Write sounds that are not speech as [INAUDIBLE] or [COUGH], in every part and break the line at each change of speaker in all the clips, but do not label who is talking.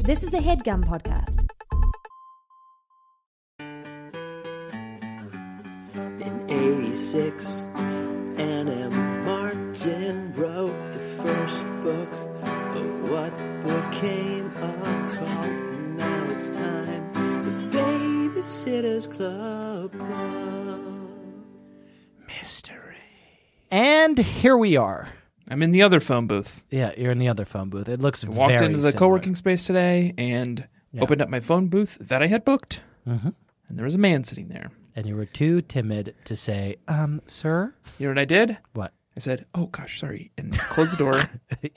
This is a headgum podcast.
In 86, Anna Martin wrote the first book of what became a cult. Now it's time, the Babysitter's Club Club. Mystery.
And here we are.
I'm in the other phone booth.
Yeah, you're in the other phone booth. It looks
Walked
very
into the
similar.
co-working space today and
Yeah.
opened up my phone booth that I had booked,
Mhm.
and there was a man sitting there.
and you were too timid to say, "Um, sir."
You know what I did?
What? [LAUGHS]
I said, "Oh gosh, sorry," and closed the door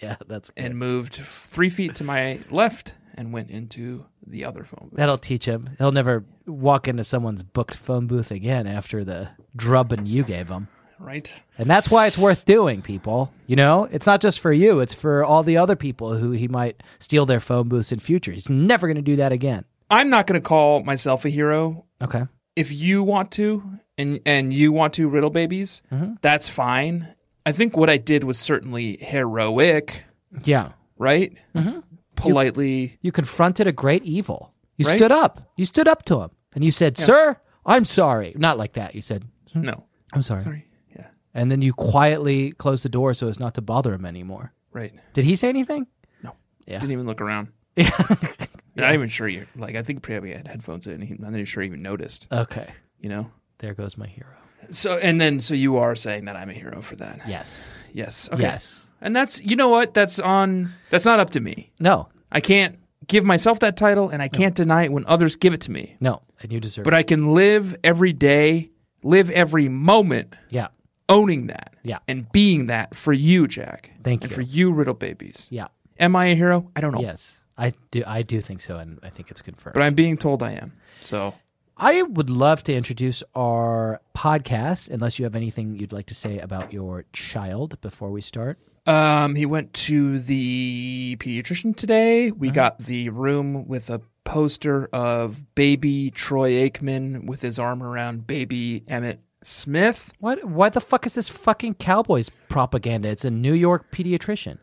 yeah, that's good.
and moved three feet to my left and went into the other phone booth.
That'll teach him. He'll never walk into someone's booked phone booth again after the drubbing you gave him.
Right?
And that's why it's worth doing, people. You know, it's not just for you; it's for all the other people who he might steal their phone booths in future. He's never going to do that again.
I'm not going to call myself a hero.
Okay.
If you want to, and and you want to riddle babies,
Mm-hmm.
that's fine. I think what I did was certainly heroic,
Yeah.
right? Politely.
You confronted a great evil. You
Right?
stood up. You stood up to him, and you said, "Sir, I'm sorry." Not like that. You said,
No.
"I'm sorry."
Mm-hmm. Sorry. Yeah.
And then you quietly closed the door so as not to bother him anymore.
Right.
Did he say anything?
No.
Yeah.
Didn't even look [LAUGHS] around. Not even sure you like I think probably had headphones in. He, I'm not even sure he even noticed.
okay.
You know.
There goes my hero.
So and then so you are saying that I'm a hero for that.
Yes.
Yes. Okay.
Yes.
And that's you know what that's on that's not up to me.
No.
I can't give myself that title and I can't deny it when others give it to me.
No. And you deserve
But I can live every day, live every moment
it. Yeah.
owning that.
Yeah.
And being that for you, Jack.
Thank
And
you.
for you, Riddle Babies.
Yeah.
Am I a hero? I don't know.
Yes. I do I do think so and I think it's confirmed.
But I'm being told I am. So
I would love to introduce our podcast unless you have anything you'd like to say about your child before we start.
Um, he went to the pediatrician today. We got the room with a poster of baby Troy Aikman with his arm around baby Emmett Smith.
What why the fuck is this fucking Cowboys propaganda? It's a New York pediatrician.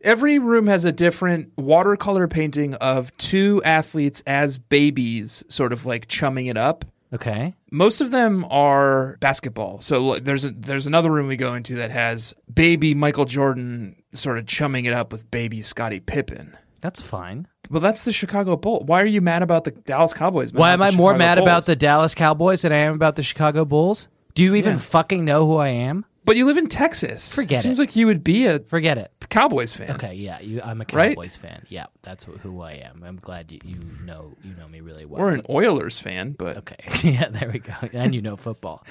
Every room has a different watercolor painting of two athletes as babies, sort of like chumming it up.
Okay.
Most of them are basketball. So l- there's a, there's another room we go into that has baby Michael Jordan sort of chumming it up with baby Scottie Pippen.
That's fine.
Well, that's the Chicago Bulls. Why are you mad about the Dallas Cowboys? but
Why
not
am
the
I more
Chicago
mad
Bulls?
about the Dallas Cowboys than I am about the Chicago Bulls? Do you even
Yeah.
fucking know who I am?
But you live in Texas.
Forget
it. Seems
it.
like you would be a
Forget it.
Cowboys fan.
Okay, yeah, you, I'm a
Right?
Cowboys fan. Yeah, that's wh- who I am. I'm glad you, you know you know me really well.
Or an Oilers fan, but
okay, [LAUGHS] yeah, there we go. And you know [LAUGHS] football.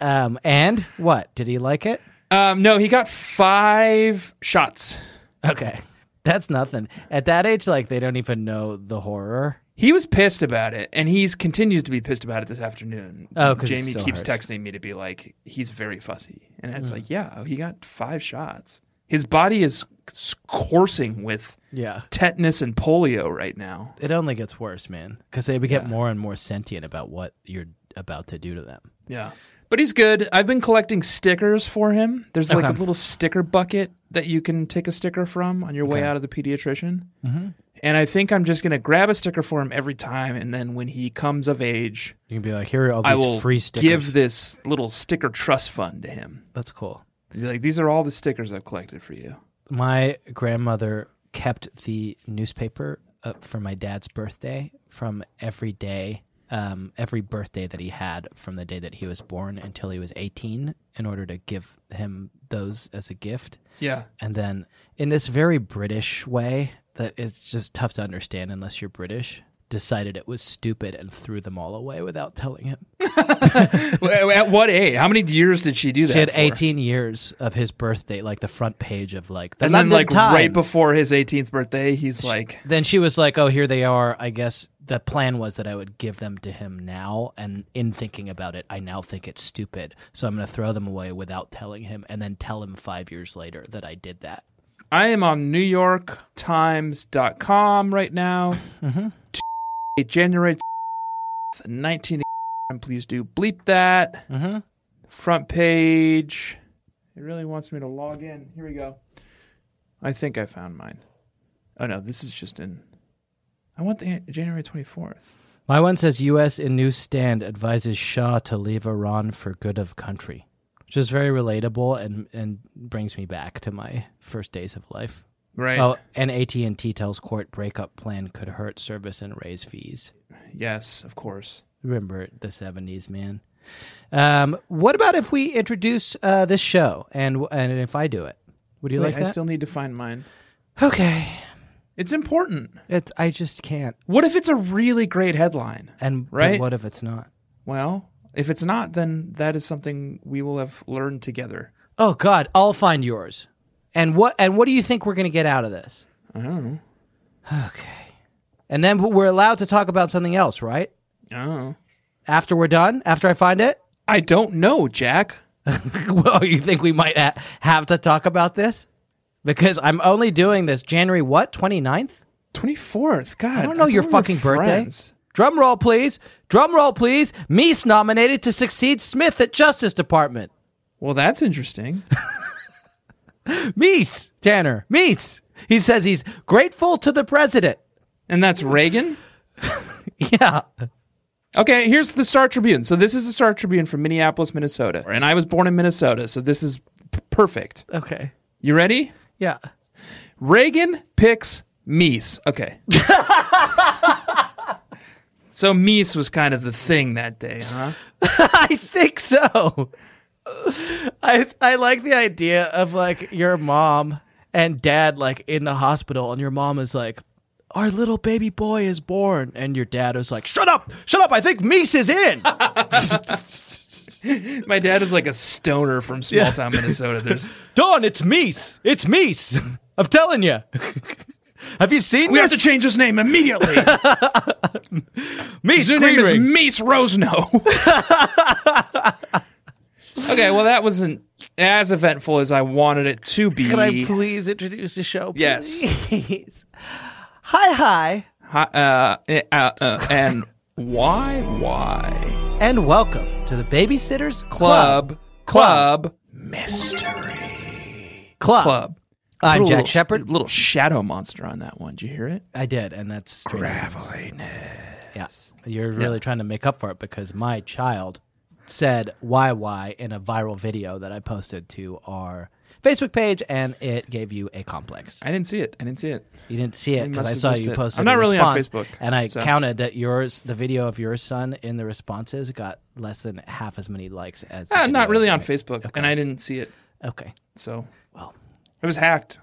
um, and what did he like it?
um, no, he got five shots.
Okay, that's nothing. At that age, like they don't even know the horror.
He was pissed about it, and he's continues to be pissed about it this afternoon.
Oh, 'cause it
Jamie
still
keeps
hurts.
texting me to be like, he's very fussy, and it's
Hmm.
like, yeah, he got five shots. His body is s- coursing with
Yeah,
tetanus and polio right now.
it only gets worse, man, because they get more and more sentient about what you're about to do to them.
Yeah. But he's good. I've been collecting stickers for him. There's like
Okay.
a little sticker bucket that you can take a sticker from on your way out of the pediatrician. Mm-hmm. And I think I'm just going to grab a sticker for him every time. And then when he comes of age,
You can be like, here are all these
I will
free stickers.
give this little sticker trust fund to him.
that's cool.
Be like, these are all the stickers I've collected for you.
my grandmother kept the newspaper up for my dad's birthday from every day um, every birthday that he had from the day that he was born until he was 18 in order to give him those as a gift
Yeah.
and then in this very british way that it's just tough to understand unless you're british decided it was stupid and threw them all away without telling him
Well, [LAUGHS] At what age? How many years did she do that?
she had
for?
18 years of his birthday like the front page of like the
And
London
then, like, right
Times.
before his 18th birthday, he's like,
then she was like, "Oh, here they are." I guess the plan was that I would give them to him now, and in thinking about it, I now think it's stupid. So I'm going to throw them away without telling him, and then tell him five years later that I did that.
I am on NewYorkTimes.com right
[LAUGHS]
now.
Mm-hmm.
It January 19. And please do bleep that.
Mm-hmm.
Front page. It really wants me to log in. Here we go. I think I found mine. Oh no, this is just in I want the January 24th.
My one says U.S. in newsstand advises Shah to leave Iran for good of country, which is very relatable and and brings me back to my first days of life.
Right.
Oh, and AT and T tells court breakup plan could hurt service and raise fees.
Yes, of course.
Remember the seventies, man. Um, what about if we introduce uh, this show and and if I do it? Would you
Wait,
like
I
that?
still need to find mine.
okay,
It's important.
it's I just can't.
What if it's a really great headline?
And but
Right?
what if it's not?
Well, if it's not, then that is something we will have learned together.
Oh God, I'll find yours. And what and what do you think we're gonna get out of this?
I don't know.
Okay. And then we're allowed to talk about something else, right?
I don't know.
After we're done, after I find it.
Oh.
[LAUGHS]
I don't know, Jack.
well, you think we might ha- have to talk about this? Because I'm only doing this January what 29th.
24th. God.
I don't know
thought
your
we were
fucking birthday.
friends.
Drum roll, please. Drum roll, please. Meese nominated to succeed Smith at Justice Department.
Well, that's interesting.
Meese, Tanner, Meese. He says he's grateful to the president. [LAUGHS]
and that's Reagan?
Yeah.
Okay, here's the Star Tribune. So this is the Star Tribune from Minneapolis, Minnesota. And I was born in Minnesota, so this is p- perfect.
Okay.
You ready?
Yeah.
Reagan picks Meese.
[LAUGHS]
Okay. so Meese was kind of the thing that day, huh?
[LAUGHS] I think so. [LAUGHS] I I like the idea of like your mom and dad like in the hospital and your mom is like our little baby boy is born and your dad is like shut up shut up I think Meese is in.
My dad is like a stoner from small town Minnesota.
[LAUGHS]
There's
Dawn, it's Meese. It's Meese. I'm telling you. Have you seen
we
this?
have to change his name
[LAUGHS]
immediately.
Meese
His name
Green
is
Ring.
Meese Rosno.
[LAUGHS]
okay, well that wasn't as eventful as I wanted it to be.
Can I please introduce the show?
Yes.
Please? Hi hi.
Hi- uh, eh, uh, uh, and why why
and welcome to the Babysitters
club
Club.
club, mystery
Club.
club.
I'm
Put a
Jack
little-
Shepard.
Little shadow monster on that one. Did you hear it?
I did, and that's
Graveliness.
Yes, you're really trying to make up for it because my child said "why why" in a viral video that I posted to our Facebook page, and it gave you a complex.
I didn't see it. I didn't see it.
You didn't see it
You
because
must
I
have
saw
missed
you
it.
posted.
I'm not
a
really on
response,
Facebook,
and I
so-
counted that yours, the video of your son in the responses, got less than half as many likes as. the
Ah, not
video
really
of
on
my-
Facebook, and I didn't see it.
Okay.
So
Well.
it was hacked.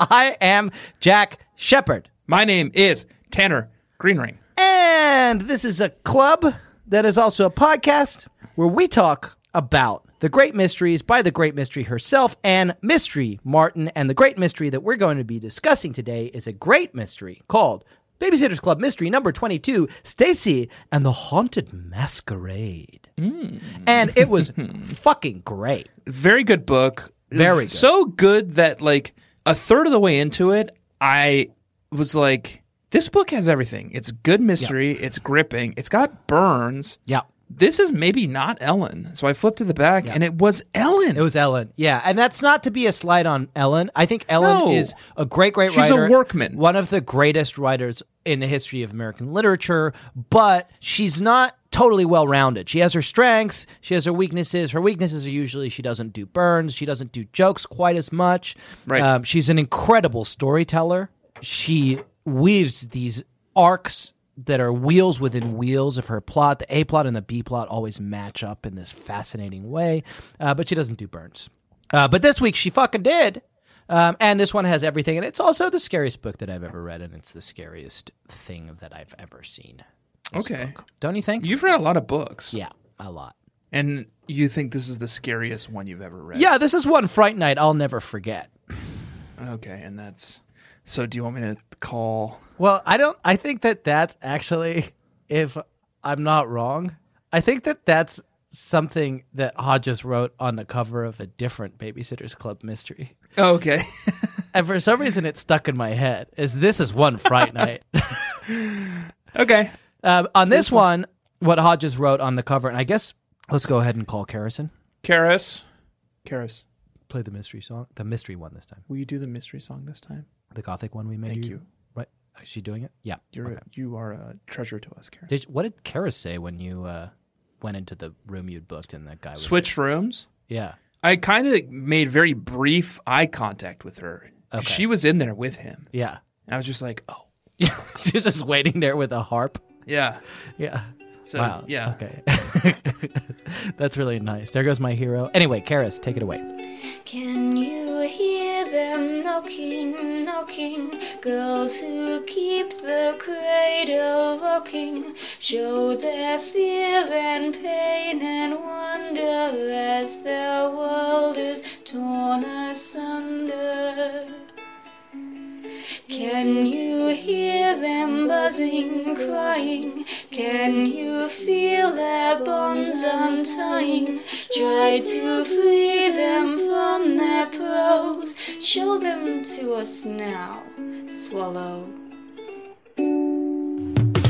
I am Jack Shepard.
My name is Tanner Greenring.
And this is a club that is also a podcast where we talk about the great mysteries by the great mystery herself and Mystery Martin. And the great mystery that we're going to be discussing today is a great mystery called Babysitter's Club Mystery Number 22 Stacy and the Haunted Masquerade. And it was [LAUGHS] fucking great.
Very good book.
Very good.
So good that like a third of the way into it, I was like, this book has everything. It's good mystery. It's gripping. It's got burns.
Yeah.
This is maybe not Ellen. So I flipped to the back and it was Ellen.
It was Ellen. Yeah. And that's not to be a slight on Ellen. I think Ellen
No.
is a great, great
She's a
writer.
workman.
One of the greatest writers in the history of American literature, but she's not totally well rounded. She has her strengths, she has her weaknesses. Her weaknesses are usually she doesn't do burns, she doesn't do jokes quite as much.
Right.
Um, she's an incredible storyteller. She weaves these arcs that are wheels within wheels of her plot. The A plot and the B plot always match up in this fascinating way, uh, but she doesn't do burns. Uh, but this week she fucking did. Um, and this one has everything. And it's also the scariest book that I've ever read. And it's the scariest thing that I've ever seen.
okay.
Don't you think?
You've read a lot of books.
yeah, a lot.
And you think this is the scariest one you've ever read.
Yeah, this is one Fright Night I'll never forget.
Okay. And that's. So do you want me to call?
Well, I don't. I think that that's actually, if I'm not wrong, I think that that's something that Hodges wrote on the cover of a different Babysitters Club mystery.
Oh, okay. [LAUGHS]
And for some reason, it stuck in my head. Is this is
[LAUGHS]
one Fright Night?
okay.
um, on this, one, what Hodges wrote on the cover, and I guess let's go ahead and call Carrison.
Karis. Karis.
Play the mystery song, the mystery one this time,
Will you do the mystery song this time?
the gothic one we made.
Thank you.
Right. Is she doing it? Yeah.
You're
okay.
a, you are a treasure to us, Karen.
Did, what did Kara say when you uh, went into the room you'd booked and that guy was
Switch rooms.
Yeah.
I kind of made very brief eye contact with her.
Okay.
She was in there with him,
Yeah. [LAUGHS]
and I was just like, "Oh,
She's just waiting there with a harp.
yeah."
Yeah.
So
wow.
yeah,
Okay. [LAUGHS] That's really nice. There goes my hero. Anyway, Karis, take it away.
Can you hear them knocking, knocking? Girls who keep the cradle rocking show their fear and pain and wonder as the world is torn asunder. Can you hear them buzzing, crying? Can you feel their bonds untying? Try to free them from their prose. Show them to us now, swallow.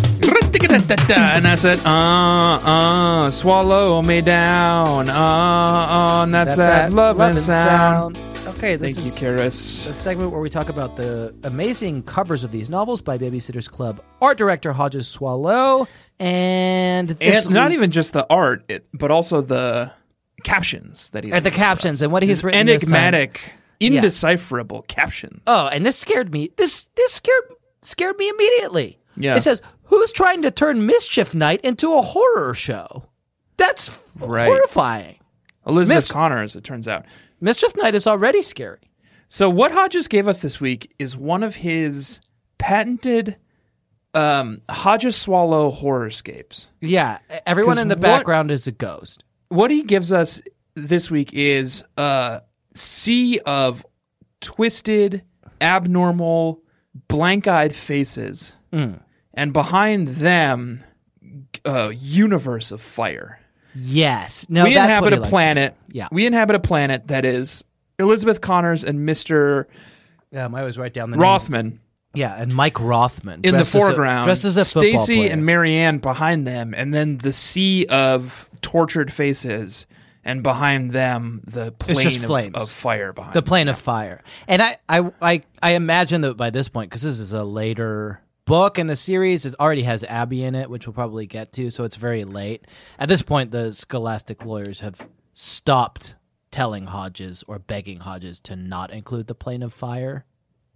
and I said, "Uh, uh, swallow me down, uh, uh, and that's, that, loving sound."
Okay, this
Thank you,
is
Karis.
a segment where we talk about the amazing covers of these novels by Babysitters Club art director Hodges Swallow. And this
And not
week-
even just the art, it, but also the captions that he
at the
leaves for
captions
us.
and what he's
His
written. this time.
enigmatic, indecipherable captions.
Oh, and this scared me. This this scared scared me immediately.
Yeah.
It says, "Who's trying to turn Mischief Night into a horror show?" That's
Right.
horrifying.
Elizabeth
Mr.
Connor, as it turns out.
Mischief Night is already scary.
So what Hodges gave us this week is one of his patented um, Hodges Swallow horrorscapes.
Yeah, e, everyone
'Cause
in the
what-
background is a ghost.
What he gives us this week is a sea of twisted, abnormal, blank-eyed faces,
Hmm.
and behind them, a universe of fire.
Yes. No,
we
that's what
inhabit
he
a
likes.
planet.
Yeah.
we inhabit a planet that is Elizabeth Connors and Mister
Um, I was right down the names.
Rothman.
Yeah, and Mike Rothman
in the
dressed as a-
foreground,
dressed as a football
Stacy
player.
and Marianne behind them, and then the sea of tortured faces, and behind them the
It's just
plane
flames.
of, of fire behind
the
them.
plane of fire and I, I i i imagine that by this point because this is a later book in the series it already has abby in it which we'll probably get to so it's very late at this point the scholastic lawyers have stopped telling hodges or begging hodges to not include the plane of fire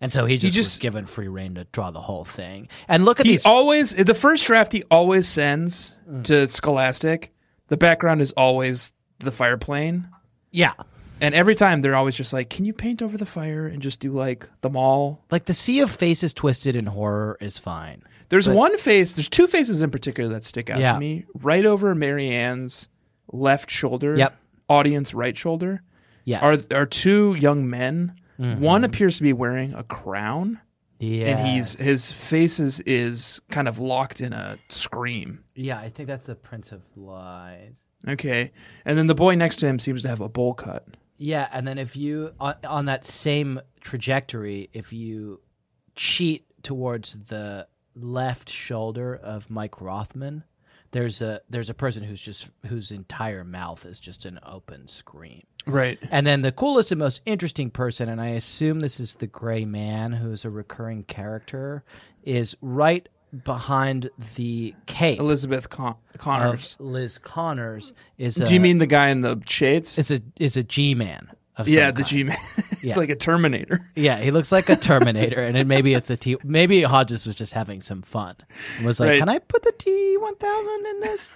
and so he just, was
just-
given free reign to draw the whole thing and look at
He
these
always the first draft he always sends
Mm.
to Scholastic. The background is always the fire plane,
yeah
and every time they're always just like, "Can you paint over the fire and just do like the mall
like the sea of faces twisted in horror is fine
There's one face. There's two faces in particular that stick out
Yeah.
to me. Right over Marianne's left shoulder.
Yep.
Audience right shoulder
yes Mm-hmm.
are are two young men. One appears to be wearing a crown,
yeah
and he's his face is, is kind of locked in a scream.
yeah i think that's the prince of lies
Okay, and then the boy next to him seems to have a bowl cut.
Yeah, and then if you on, on that same trajectory, if you cheat towards the left shoulder of Mike Rothman, there's a there's a person who's just whose entire mouth is just an open scream.
Right.
And then the coolest and most interesting person, and I assume this is the gray man who is a recurring character, is right behind the cape
Elizabeth Con-
of
Connors.
Liz Connors is a,
Do you mean the guy in the shades?
is a is a G man of some
Yeah, the
kind.
G [LAUGHS] man,
Yeah.
like a Terminator.
Yeah, he looks like a Terminator, and then maybe it's a T. Maybe Hodges was just having some fun and was like,
Right.
"Can I put the T one thousand in this?"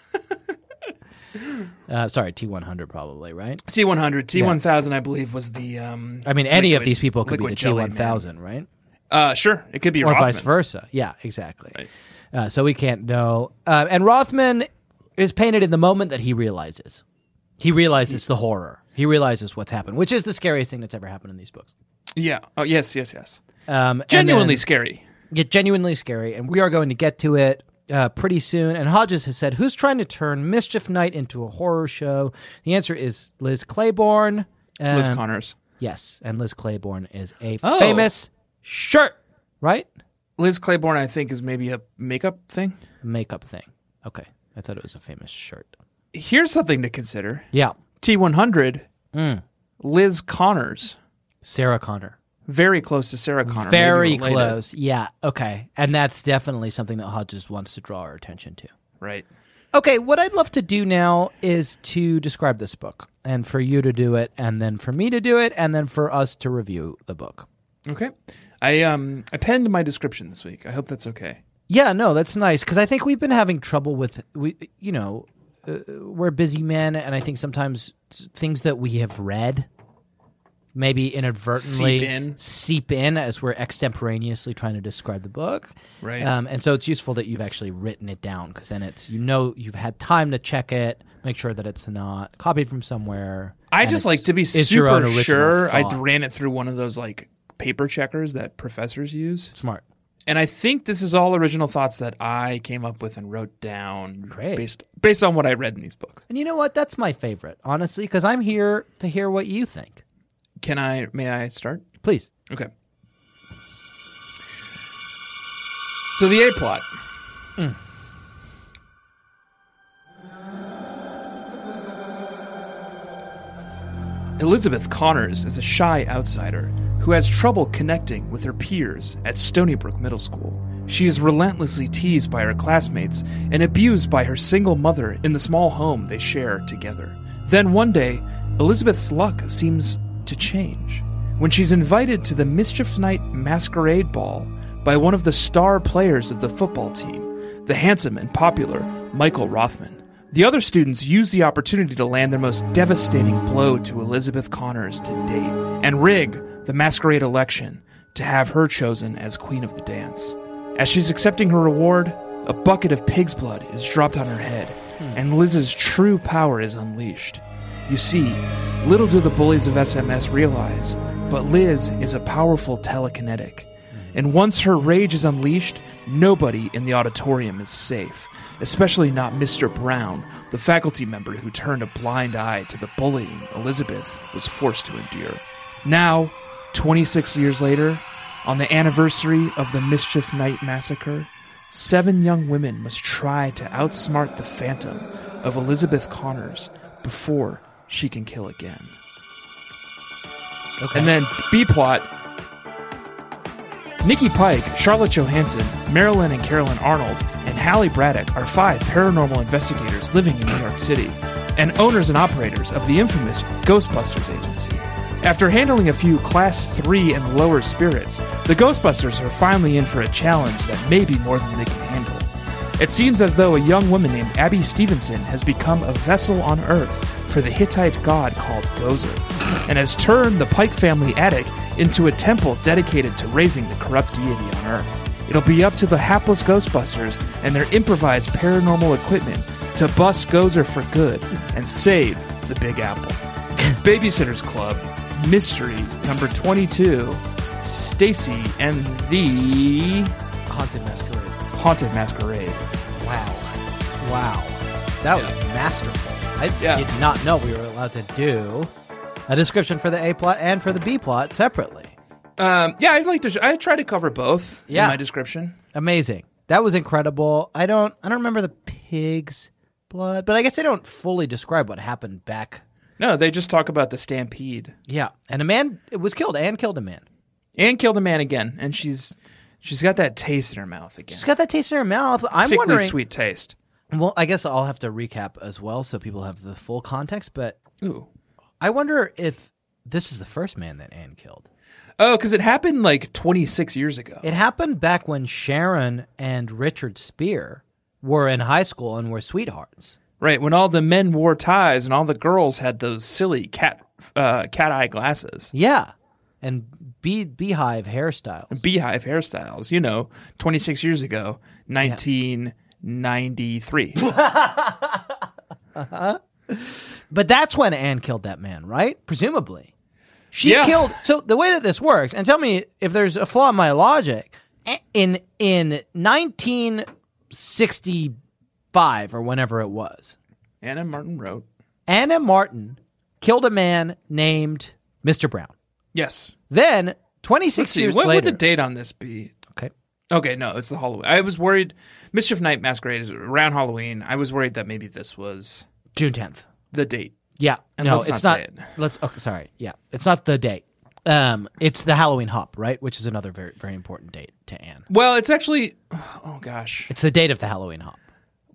uh, sorry, T one hundred probably right.
T one hundred, T one thousand, I believe was the. Um,
I mean, any of
liquid-
these people could be
liquid
the T
jelly
one thousand, right?
man. Uh, sure, it could be
Or
Rothman.
vice versa. Yeah, exactly.
Right.
Uh, so we can't know. Uh, and Rothman is painted in the moment that he realizes. He realizes the horror. He realizes what's happened, which is the scariest thing that's ever happened in these books.
Yeah. Oh yes, yes, yes.
Um, and
Genuinely
then-
scary.
Yeah, genuinely scary, and we are going to get to it uh, pretty soon. And Hodges has said, "Who's trying to turn Mischief Night into a horror show?" The answer is Liz Claiborne. Um,
Liz Connors.
Yes, and Liz Claiborne is a
Oh.
famous shirt, right?
Liz Claiborne, I think, is maybe a makeup thing.
Makeup thing. Okay, I thought it was a famous shirt.
Here's something to consider.
Yeah, Hmm.
T one hundred. Liz Connors.
Sarah Connor.
very close to Sarah Connor. maybe
Very
related,
close. Yeah. Okay. And that's definitely something that Hodges wants to draw our attention to.
Right.
Okay, what I'd love to do now is to describe this book and for you to do it and then for me to do it and then for us to review the book.
Okay. I um I penned my description this week. I hope that's okay.
Yeah, no, that's nice cuz I think we've been having trouble with we you know, uh, we're busy men and I think sometimes things that we have read maybe inadvertently
seep in.
seep in as we're extemporaneously trying to describe the book.
Right.
Um, and so it's useful that you've actually written it down because then it's you know you've had time to check it, make sure that it's not copied from somewhere.
I
and
just
it's-
like to be
it's your own
super
original
sure. I
thought.
ran it through one of those like paper checkers that professors use.
smart.
And I think this is all original thoughts that I came up with and wrote down
Great.
based based on what I read in these books.
And you know what? That's my favorite, honestly, because I'm here to hear what you think.
Can I may I start?
Please.
Okay. So the A plot. Elizabeth Connors is a shy outsider who has trouble connecting with her peers at Stony Brook Middle School. She is relentlessly teased by her classmates and abused by her single mother in the small home they share together. Then one day, Elizabeth's luck seems to change when she's invited to the Mischief Night Masquerade Ball by one of the star players of the football team, the handsome and popular Michael Rothman. The other students use the opportunity to land their most devastating blow to Elizabeth Connors to date and rig the masquerade election to have her chosen as queen of the dance. As she's accepting her reward, a bucket of pig's blood is dropped on her head, and Liz's true power is unleashed. You see, little do the bullies of SMS realize, but Liz is a powerful telekinetic. And once her rage is unleashed, nobody in the auditorium is safe, especially not Mr. Brown, the faculty member who turned a blind eye to the bullying Elizabeth was forced to endure. Now, 26 years later, on the anniversary of the Mischief Night Massacre, seven young women must try to outsmart the phantom of Elizabeth Connors before she can kill again.
Okay.
And then B plot. Nikki Pike, Charlotte Johansson, Marilyn and Carolyn Arnold, and Hallie Braddock are five paranormal investigators living in New York City and owners and operators of the infamous Ghostbusters agency. After handling a few Class 3 and lower spirits, the Ghostbusters are finally in for a challenge that may be more than they can handle. It seems as though a young woman named Abby Stevenson has become a vessel on Earth for the Hittite god called Gozer, and has turned the Pike family attic into a temple dedicated to raising the corrupt deity on Earth. It'll be up to the hapless Ghostbusters and their improvised paranormal equipment to bust Gozer for good and save the Big
[LAUGHS]
Apple. Babysitter's Club, Mystery number 22, Stacy and the
haunted masquerade.
Haunted Masquerade.
Wow. Wow. That was masterful. I
Yeah.
did not know we were allowed to do a description for the A plot and for the B plot separately.
Um, yeah, I'd like to. Sh- I try to cover both
Yeah.
in my description.
Amazing. That was incredible. I don't I don't remember the pig's blood, but I guess they don't fully describe what happened back.
No, they just talk about the stampede
Yeah. And a man was killed and killed a man.
and kill the man again, and she's she's got that taste in her mouth again.
She's got that taste in her mouth. I'm
Sickly
wondering
sweet taste.
Well, I guess I'll have to recap as well so people have the full context, but
Ooh.
I wonder if this is the first man that Anne killed.
Oh, because it happened like 26 years ago.
It happened back when Sharon and Richard Spear were in high school and were sweethearts.
right when all the men wore ties and all the girls had those silly cat uh, cat eye glasses,
Yeah. And bee, beehive hairstyles.
beehive hairstyles. You know, 26 years ago,
[LAUGHS]
1993.
But that's when Anne killed that man, right? Presumably. She
Yeah.
killed. So the way that this works, and tell me if there's a flaw in my logic. a- In in 1965 or whenever it was,
Anna Martin wrote,
Anna Martin killed a man named Mr. Brown.
"Yes."
Then 26
Let's see.
years
What
later,
would the date on this be?
okay,
Okay, no, it's the Halloween. I was worried. Mischief Night Masquerade is around Halloween. I was worried that maybe this was
June 10th.
the date.
Yeah,
And
no,
let's
it's
not say
Let's. Okay, sorry. Yeah, it's not the date. Um, it's the Halloween hop, right? Which is another very very important date to Anne.
Well, it's actually, oh gosh.
It's the date of the Halloween hop.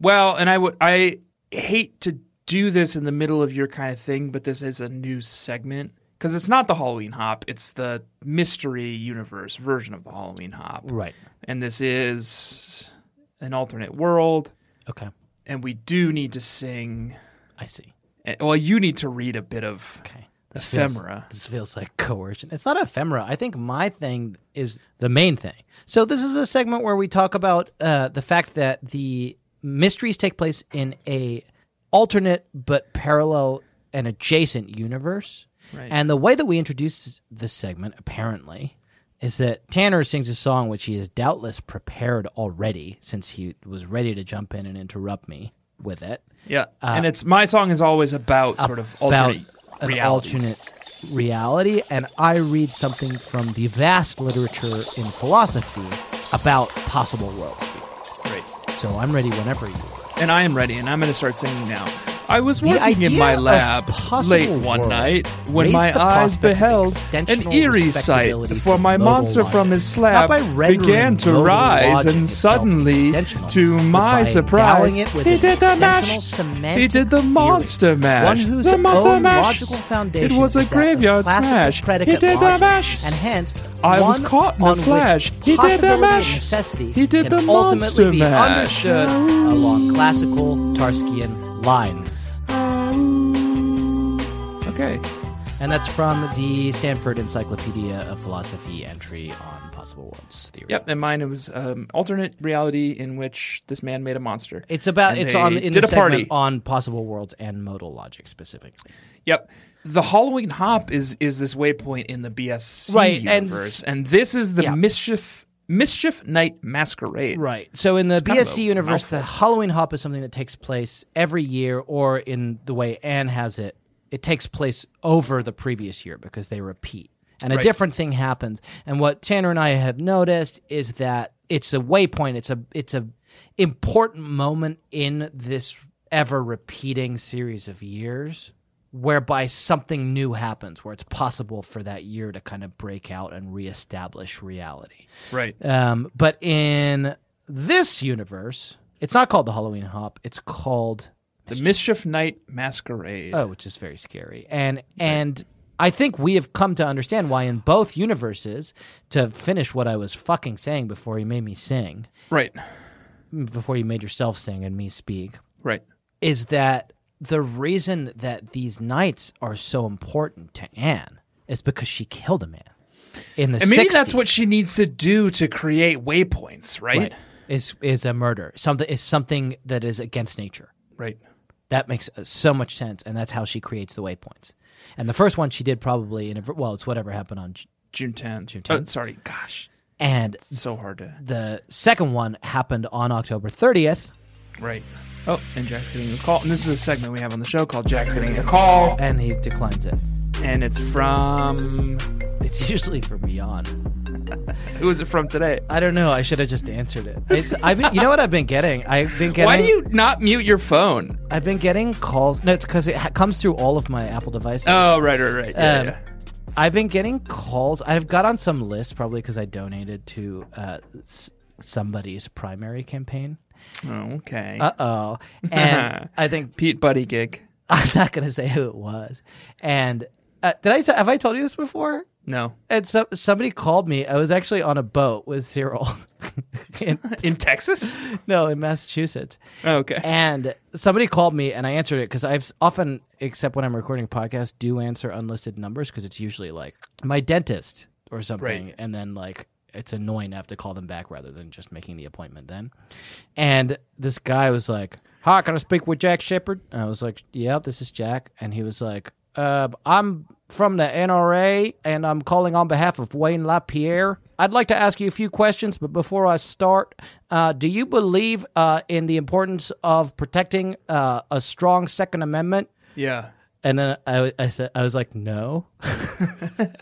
Well, and I would, I hate to do this in the middle of your kind of thing, but this is a new segment because it's not the Halloween hop; it's the mystery universe version of the Halloween hop.
Right.
And this is an alternate world,
Okay.
and we do need to sing.
I see.
eh, Well, you need to read a bit of
Okay. feels-
ephemera.
this feels like coercion. It's not ephemera. I think my thing is the main thing. So this is a segment where we talk about uh, the fact that the mysteries take place in a alternate but parallel and adjacent universe.
Right.
And the way that we introduce this segment, apparently, is that Tanner sings a song which he is doubtless prepared already, since he was ready to jump in and interrupt me with it
Yeah, and it's my song is always about sort of
Uh, about
alternate
an
realities.
alternate reality, and I read something from the vast literature in philosophy about possible worlds.
Right.
So I'm ready whenever you are.
and I am ready, and I'm going to start singing now. I was working
idea
in my
of
lab
possible
late one
world
night when
raised
my
the
eyes
prospect of
beheld an
extensional
eerie sight
respectability
for
to
my
global
monster
logic.
from his
Not
slab
by rendering
began to
global
rise,
logic
and
itself
suddenly,
extensional,
to
but
my
by
surprise,
endowing it with
he
an
did the
extensional
mash.
semantic
He did the
theory.
monster mash.
One whose
the monster
own
mash.
logical foundation
It was
is
a
that of
graveyard
classical
smash. He
predicate
did the
logic,
mash.
and hence
I was
one
caught in a
on which
flash. He did the
possibility and
mash.
Necessity
He did
can
the
ultimately be
monster mash.
understood along classical Tarskian lines.
Okay.
And that's from the Stanford Encyclopedia of Philosophy entry on possible worlds theory.
Yep, and mine it was um, alternate reality in which this man made a monster.
It's about
And
it's
they
on in
did
the
a party.
segment on possible worlds and modal logic specifically.
Yep. The Halloween hop is is this waypoint in the BSC
Right, and-
universe, and, this is the
Yeah.
mischief mischief night masquerade.
Right. So in the
kind of
BSC
a
universe,
mouthful.
the Halloween hop is something that takes place every year, or in the way Anne has it, it takes place over the previous year because they repeat. And a
Right.
different thing happens. And what Tanner and I have noticed is that it's a waypoint. It's a it's a important moment in this ever repeating series of years whereby something new happens where it's possible for that year to kind of break out and reestablish reality.
Right.
Um, but in this universe, it's not called the Halloween Hop. It's called
The mischief night masquerade.
oh, which is very scary. And and I think we have come to understand why in both universes. To finish what I was fucking saying before you made me sing,
Right.
before you made yourself sing and me speak,
Right.
is that the reason that these nights are so important to Anne is because she killed a man in the
And maybe that's
60s.
what she needs to do to create waypoints. Right.
Right. Is is a murder something is something that is against nature.
Right.
That makes uh, so much sense, and that's how she creates the waypoints. And the first one she did probably in a, well, it's whatever happened on, J-
June tenth. June
10th.
Oh, sorry. Gosh,
and
it's so hard to.
the second one happened on October thirtieth,
Right. Oh, and Jack's getting a call. And this is a segment we have on the show called Jack's getting a call,
and he declines it.
and it's from
It's usually from beyond.
who is it from today?
I don't know. I should have just answered it. It's I've been, you know what I've been getting. I've been
[LAUGHS]
getting.
Why do you not mute your phone?
I've been getting calls. No, it's because it ha- comes through all of my Apple devices.
Oh, right, right, right. Yeah,
Um,
yeah.
I've been getting calls. I've got on some list probably because I donated to uh, s- somebody's primary campaign.
Oh, okay.
Uh oh. And
[LAUGHS]
I think
Pete Buddy gig.
[LAUGHS] I'm not going to say who it was. And uh, did I t- have I told you this before?
No.
And so- somebody called me. I was actually on a boat with Cyril. [LAUGHS] in, [LAUGHS]
In Texas?
no, in Massachusetts.
[LAUGHS] Oh, okay.
And somebody called me and I answered it because I've s- often, except when I'm recording podcasts, do answer unlisted numbers because it's usually like my dentist or something.
Right.
And then like it's annoying to have to call them back rather than just making the appointment then. And this guy was like, Hi, can I speak with Jack Shepard? And I was like, Yeah, this is Jack. And he was like, uh, I'm from the NRA and I'm calling on behalf of Wayne LaPierre. I'd like to ask you a few questions, but before I start, uh, do you believe uh, in the importance of protecting uh, a strong Second Amendment?
Yeah.
And then I, I said, I was like, no. [LAUGHS]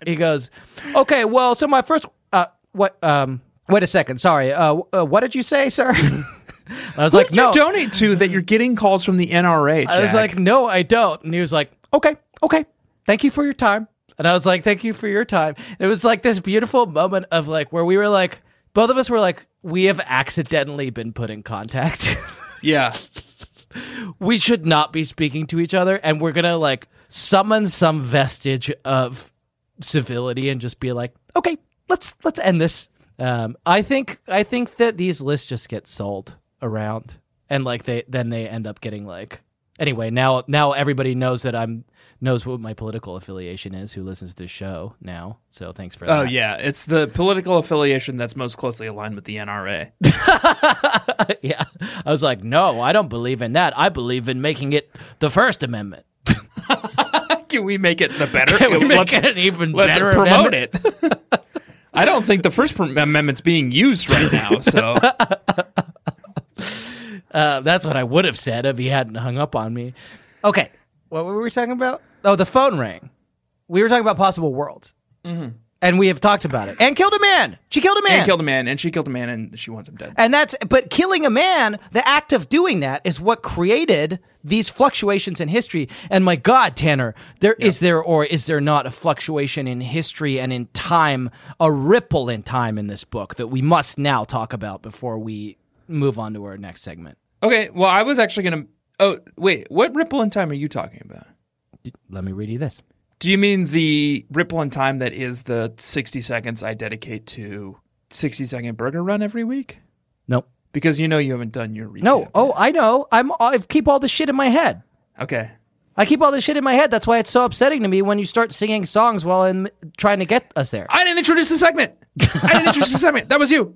he goes, okay, well, so my first, uh, what, um, wait a second, sorry, uh, w- uh, what did you say, sir? And [LAUGHS] I was like,
you
no.
donate to that you're getting calls from the NRA.
I was
Jack.
like, no, I don't. And he was like, okay, okay, thank you for your time. And I was like, thank you for your time. And it was like this beautiful moment of like where we were like, both of us were like, we have accidentally been put in contact. [LAUGHS]
Yeah.
we should not be speaking to each other. And we're going to like summon some vestige of civility and just be like, okay, let's, let's end this. Um, I think, I think that these lists just get sold around and like they, then they end up getting like, anyway, now, now everybody knows that I'm, knows what my political affiliation is who listens to this show now. So thanks for that.
Oh yeah, it's the political affiliation that's most closely aligned with the NRA.
[LAUGHS] yeah. I was like, no, I don't believe in that. I believe in making it the First Amendment.
[LAUGHS]
[LAUGHS]
Can we make it the better?
We make
let's
it an even
let's
better
promote
amendment.
it. [LAUGHS] I don't think the First Amendment's being used right now. [LAUGHS] So
Uh, that's what I would have said if he hadn't hung up on me. Okay. What were we talking about? Oh, the phone rang. We were talking about possible worlds. And we have talked about it. And killed a man. She Mm-hmm. killed a man.
and killed a man, and she killed a man, and she wants him dead.
And that's but killing a man, the act of doing that is what created these fluctuations in history. And my God, Tanner, there is there or is there not a fluctuation in history and in time, a ripple in time in this book that we must now talk about before we move on to our next segment.
Okay, well, I was actually gonna. Oh wait, what ripple in time are you talking about?
Let me read you this.
Do you mean the ripple in time that is the 60 seconds I dedicate to 60 second burger run every week?
Nope.
Because you know you haven't done your recap.
No. Oh, I know. I'm I keep all this shit in my head.
Okay.
I keep all this shit in my head. That's why it's so upsetting to me when you start singing songs while I'm trying to get us there.
I didn't introduce the segment. I didn't introduce the segment. That was you.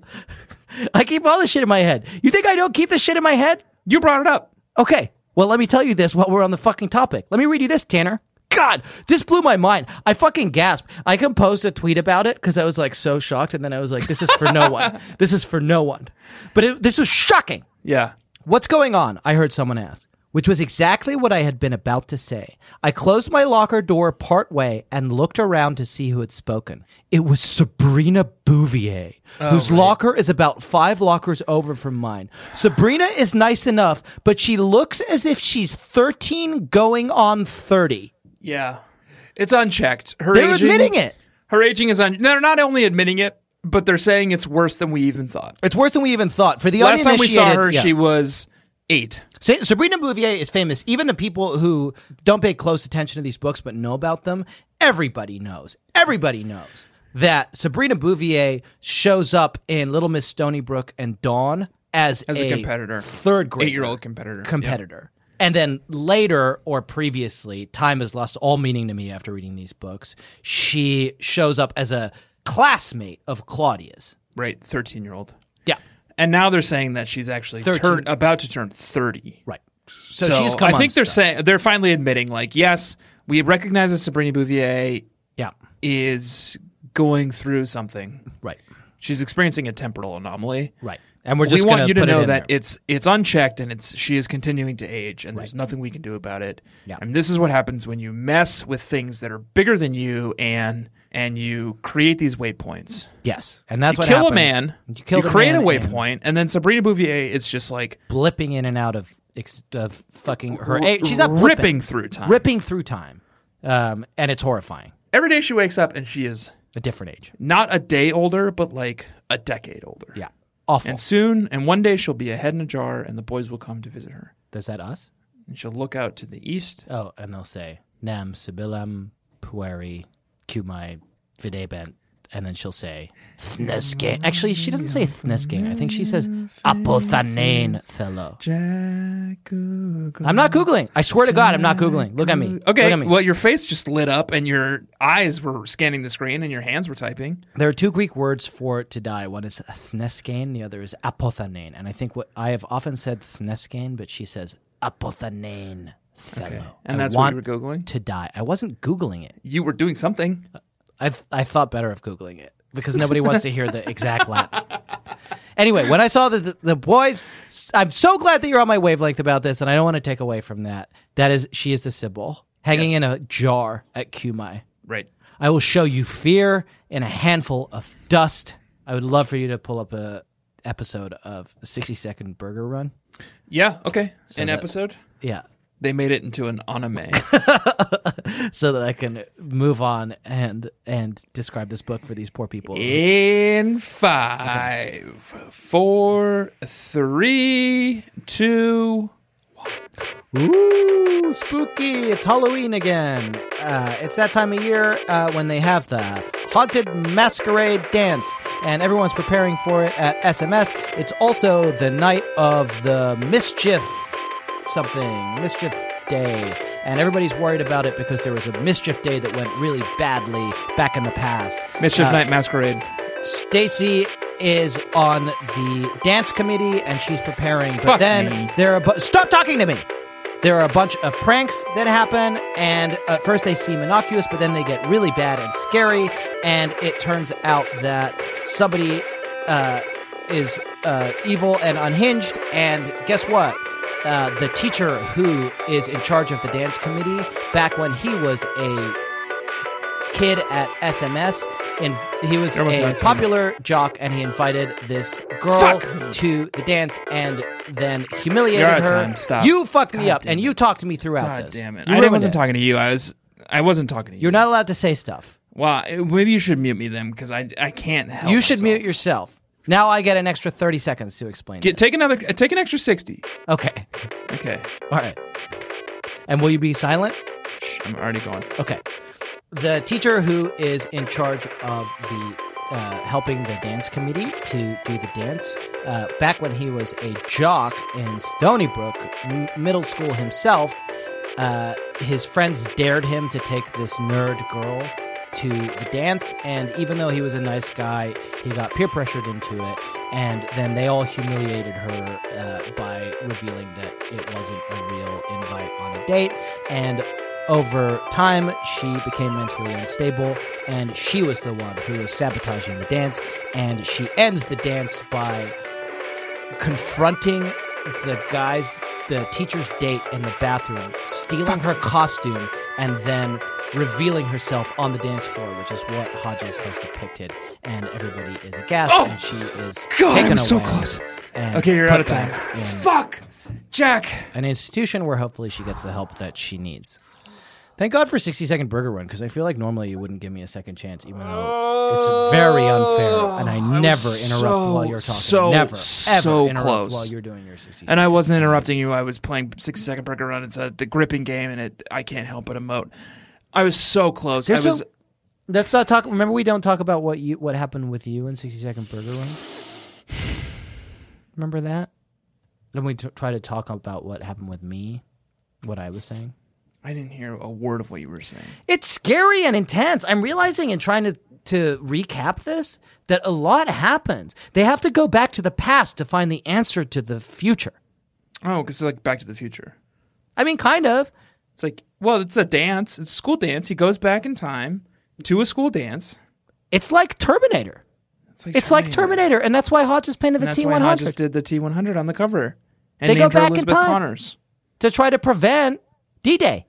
I keep all this shit in my head. You think I don't keep this shit in my head?
You brought it up.
Okay. Well, let me tell you this while we're on the fucking topic. Let me read you this, Tanner. God, this blew my mind. I fucking gasped. I composed a tweet about it because I was like so shocked, and then I was like, "This is for no one. This is for no one." But it, this was shocking.
Yeah.
What's going on? I heard someone ask, which was exactly what I had been about to say. I closed my locker door partway and looked around to see who had spoken. It was Sabrina Bouvier, whose locker is about five lockers over from mine. Sabrina is nice enough, but she looks as if she's 13 going on 30.
Yeah. It's unchecked. Her
They're
aging,
admitting it.
Her aging is un. They're not only admitting it, but they're saying it's worse than we even thought.
It's worse than we even thought. For the
Last time we saw
uninitiated-
her,
yeah.
she was eight.
Sa- Sabrina Bouvier is famous even to people who don't pay close attention to these books but know about them. Everybody knows. Everybody knows that Sabrina Bouvier shows up in Little Miss Stony Brook and Dawn as,
As a competitor.
third grade,
Eight-year-old competitor. Yeah.
competitor. And then later or previously, time has lost all meaning to me after reading these books. She shows up as a classmate of Claudia's.
Right. 13 year old.
Yeah,
And now they're saying that she's actually
13.
turn, about to turn 30.
right. So, she's come
I
on
think they're
stuff.
saying they're finally admitting like yes, we recognize that Sabrina Bouvier
yeah,
is going through something.
right,
She's experiencing a temporal anomaly.
right. And we're just
we want
gonna
you to
put it
know
in
that
there.
it's it's unchecked and it's she is continuing to age and there's nothing we can do about it.
Yeah.
And this is what happens when you mess with things that are bigger than you and and you create these waypoints.
Yes, and that's
You
what
kill a
happened.
man,
You kill
create a
man and
waypoint, and then Sabrina Bouvier is just like
blipping in and out of ex- of fucking her.
r-
eh, she's not blipping,
ripping through time.
ripping through time, um, and it's horrifying.
Every day she wakes up and she is
A different age,
not a day older, but like a decade older.
yeah, awful.
And soon, and one day she'll be a head in a jar, and the boys will come to visit her.
Is that us?
And she'll look out to the east.
Oh, and they'll say "Nam sibilam pueri cumai videbent," and then she'll say "Thnesgain." Actually, she doesn't say "Thnesgain." I think she says "Apothanain fellow."
Jack Google.
I'm not googling. I swear to God, I'm not googling. Look at me. Look
Okay,
at me.
well, your face just lit up, and your eyes were scanning the screen, and your hands were typing.
There are two Greek words for to die. One is thneskein, the other is apothanein. And I think what I have often said thneskein, but she says apothanein fellow.
And
I
that's what you
want
were Googling?
To die. I wasn't Googling it.
You were doing something.
I I thought better of Googling it
[LAUGHS]
because nobody wants to hear the exact Latin. Anyway, when I saw the, the, the boys, I'm so glad that you're on my wavelength about this, and I don't want to take away from that. That is, she is the Sibyl hanging
Yes.
in a jar at Cumai.
Right.
I will show you fear in a handful of dust. I would love for you to pull up a episode of 60 Second Burger Run.
Yeah, okay. An
that-
episode?
Yeah.
They made it into an anime.
so that I can move on and and describe this book for these poor people.
In five, four, three, two.
Ooh, spooky! It's Halloween again. Uh, it's that time of year uh, when they have the haunted masquerade dance, and everyone's preparing for it at SMS. It's also the night of the mischief something, mischief day, and everybody's worried about it because there was a mischief day that went really badly back in the past.
Mischief
Uh,
Night Masquerade.
Stacy is on the dance committee and she's preparing. But
Fuck
then
me.
there are bu- stop talking to me. There are a bunch of pranks that happen, and at first they seem innocuous, but then they get really bad and scary. And it turns out that somebody uh, is uh, evil and unhinged. And guess what? Uh, the teacher who is in charge of the dance committee, back when he was a kid at SMS, and he was
There was
a
that song.
popular jock, and he invited this girl
Fuck me.
to the dance, and then humiliated
You're out
her.
of time. Stop.
You fucked me
God
up,
damn
and
it.
you talked to me throughout
God
this.
damn it!
You
I
ruined
wasn't
it.
talking to you. I was. I wasn't talking to you.
You're not allowed to say stuff.
Well, eh, maybe you should mute me then, because I I can't help.
you should
myself.
mute yourself. Now I get an extra thirty seconds to explain.
Get,
it.
take another. eh, Take an extra sixty.
okay.
Okay.
All right. And will you be silent?
Shh, I'm already going.
Okay. The teacher who is in charge of the uh, helping the dance committee to do the dance, uh, back when he was a jock in Stony Brook m- Middle School himself, uh, his friends dared him to take this nerd girl to the dance. And even though he was a nice guy, he got peer pressured into it. And then they all humiliated her uh, by revealing that it wasn't a real invite on a date. And over time, she became mentally unstable, and she was the one who was sabotaging the dance. And she ends the dance by confronting the guy's, the teacher's date in the bathroom, stealing her costume, and then revealing herself on the dance floor, which is what Hodges has depicted. And everybody is aghast,
Oh!
and she is
God,
taken
I'm so
away
close.
and
Okay, you're
put
out of time.
back in
Fuck, Jack.
an institution where hopefully she gets the help that she needs. Thank God for 60 second burger run because I feel like normally you wouldn't give me a second chance, even though it's very unfair. And I,
Oh, was
never interrupt
so,
while you're talking.
so,
never,
so
ever interrupt
close.
while you're doing your 60
And I wasn't interrupting you. I was playing 60 Second Breaker Run. It's a the gripping game, and it I can't help but emote. I was so close. I
There's
was.
no- Let's not talk. Remember, we don't talk about what you what happened with you in 60 second burger run. Remember that? Then we t- try to talk about what happened with me, what I was saying.
I didn't hear a word of what you were saying.
it's scary and intense. I'm realizing in trying to to recap this that a lot happens. They have to go back to the past to find the answer to the future.
Oh, because it's like Back to the Future.
I mean, kind of.
It's like, well, it's a dance. It's a school dance. He goes back in time to a school dance.
It's like Terminator. It's like Terminator, and that's why Hodges painted the
And that's
T
why
one
Hodges did
hundred
the T100 on the cover. And
They go
named her
back in
Elizabeth
time.
Connors.
to try to prevent D Day,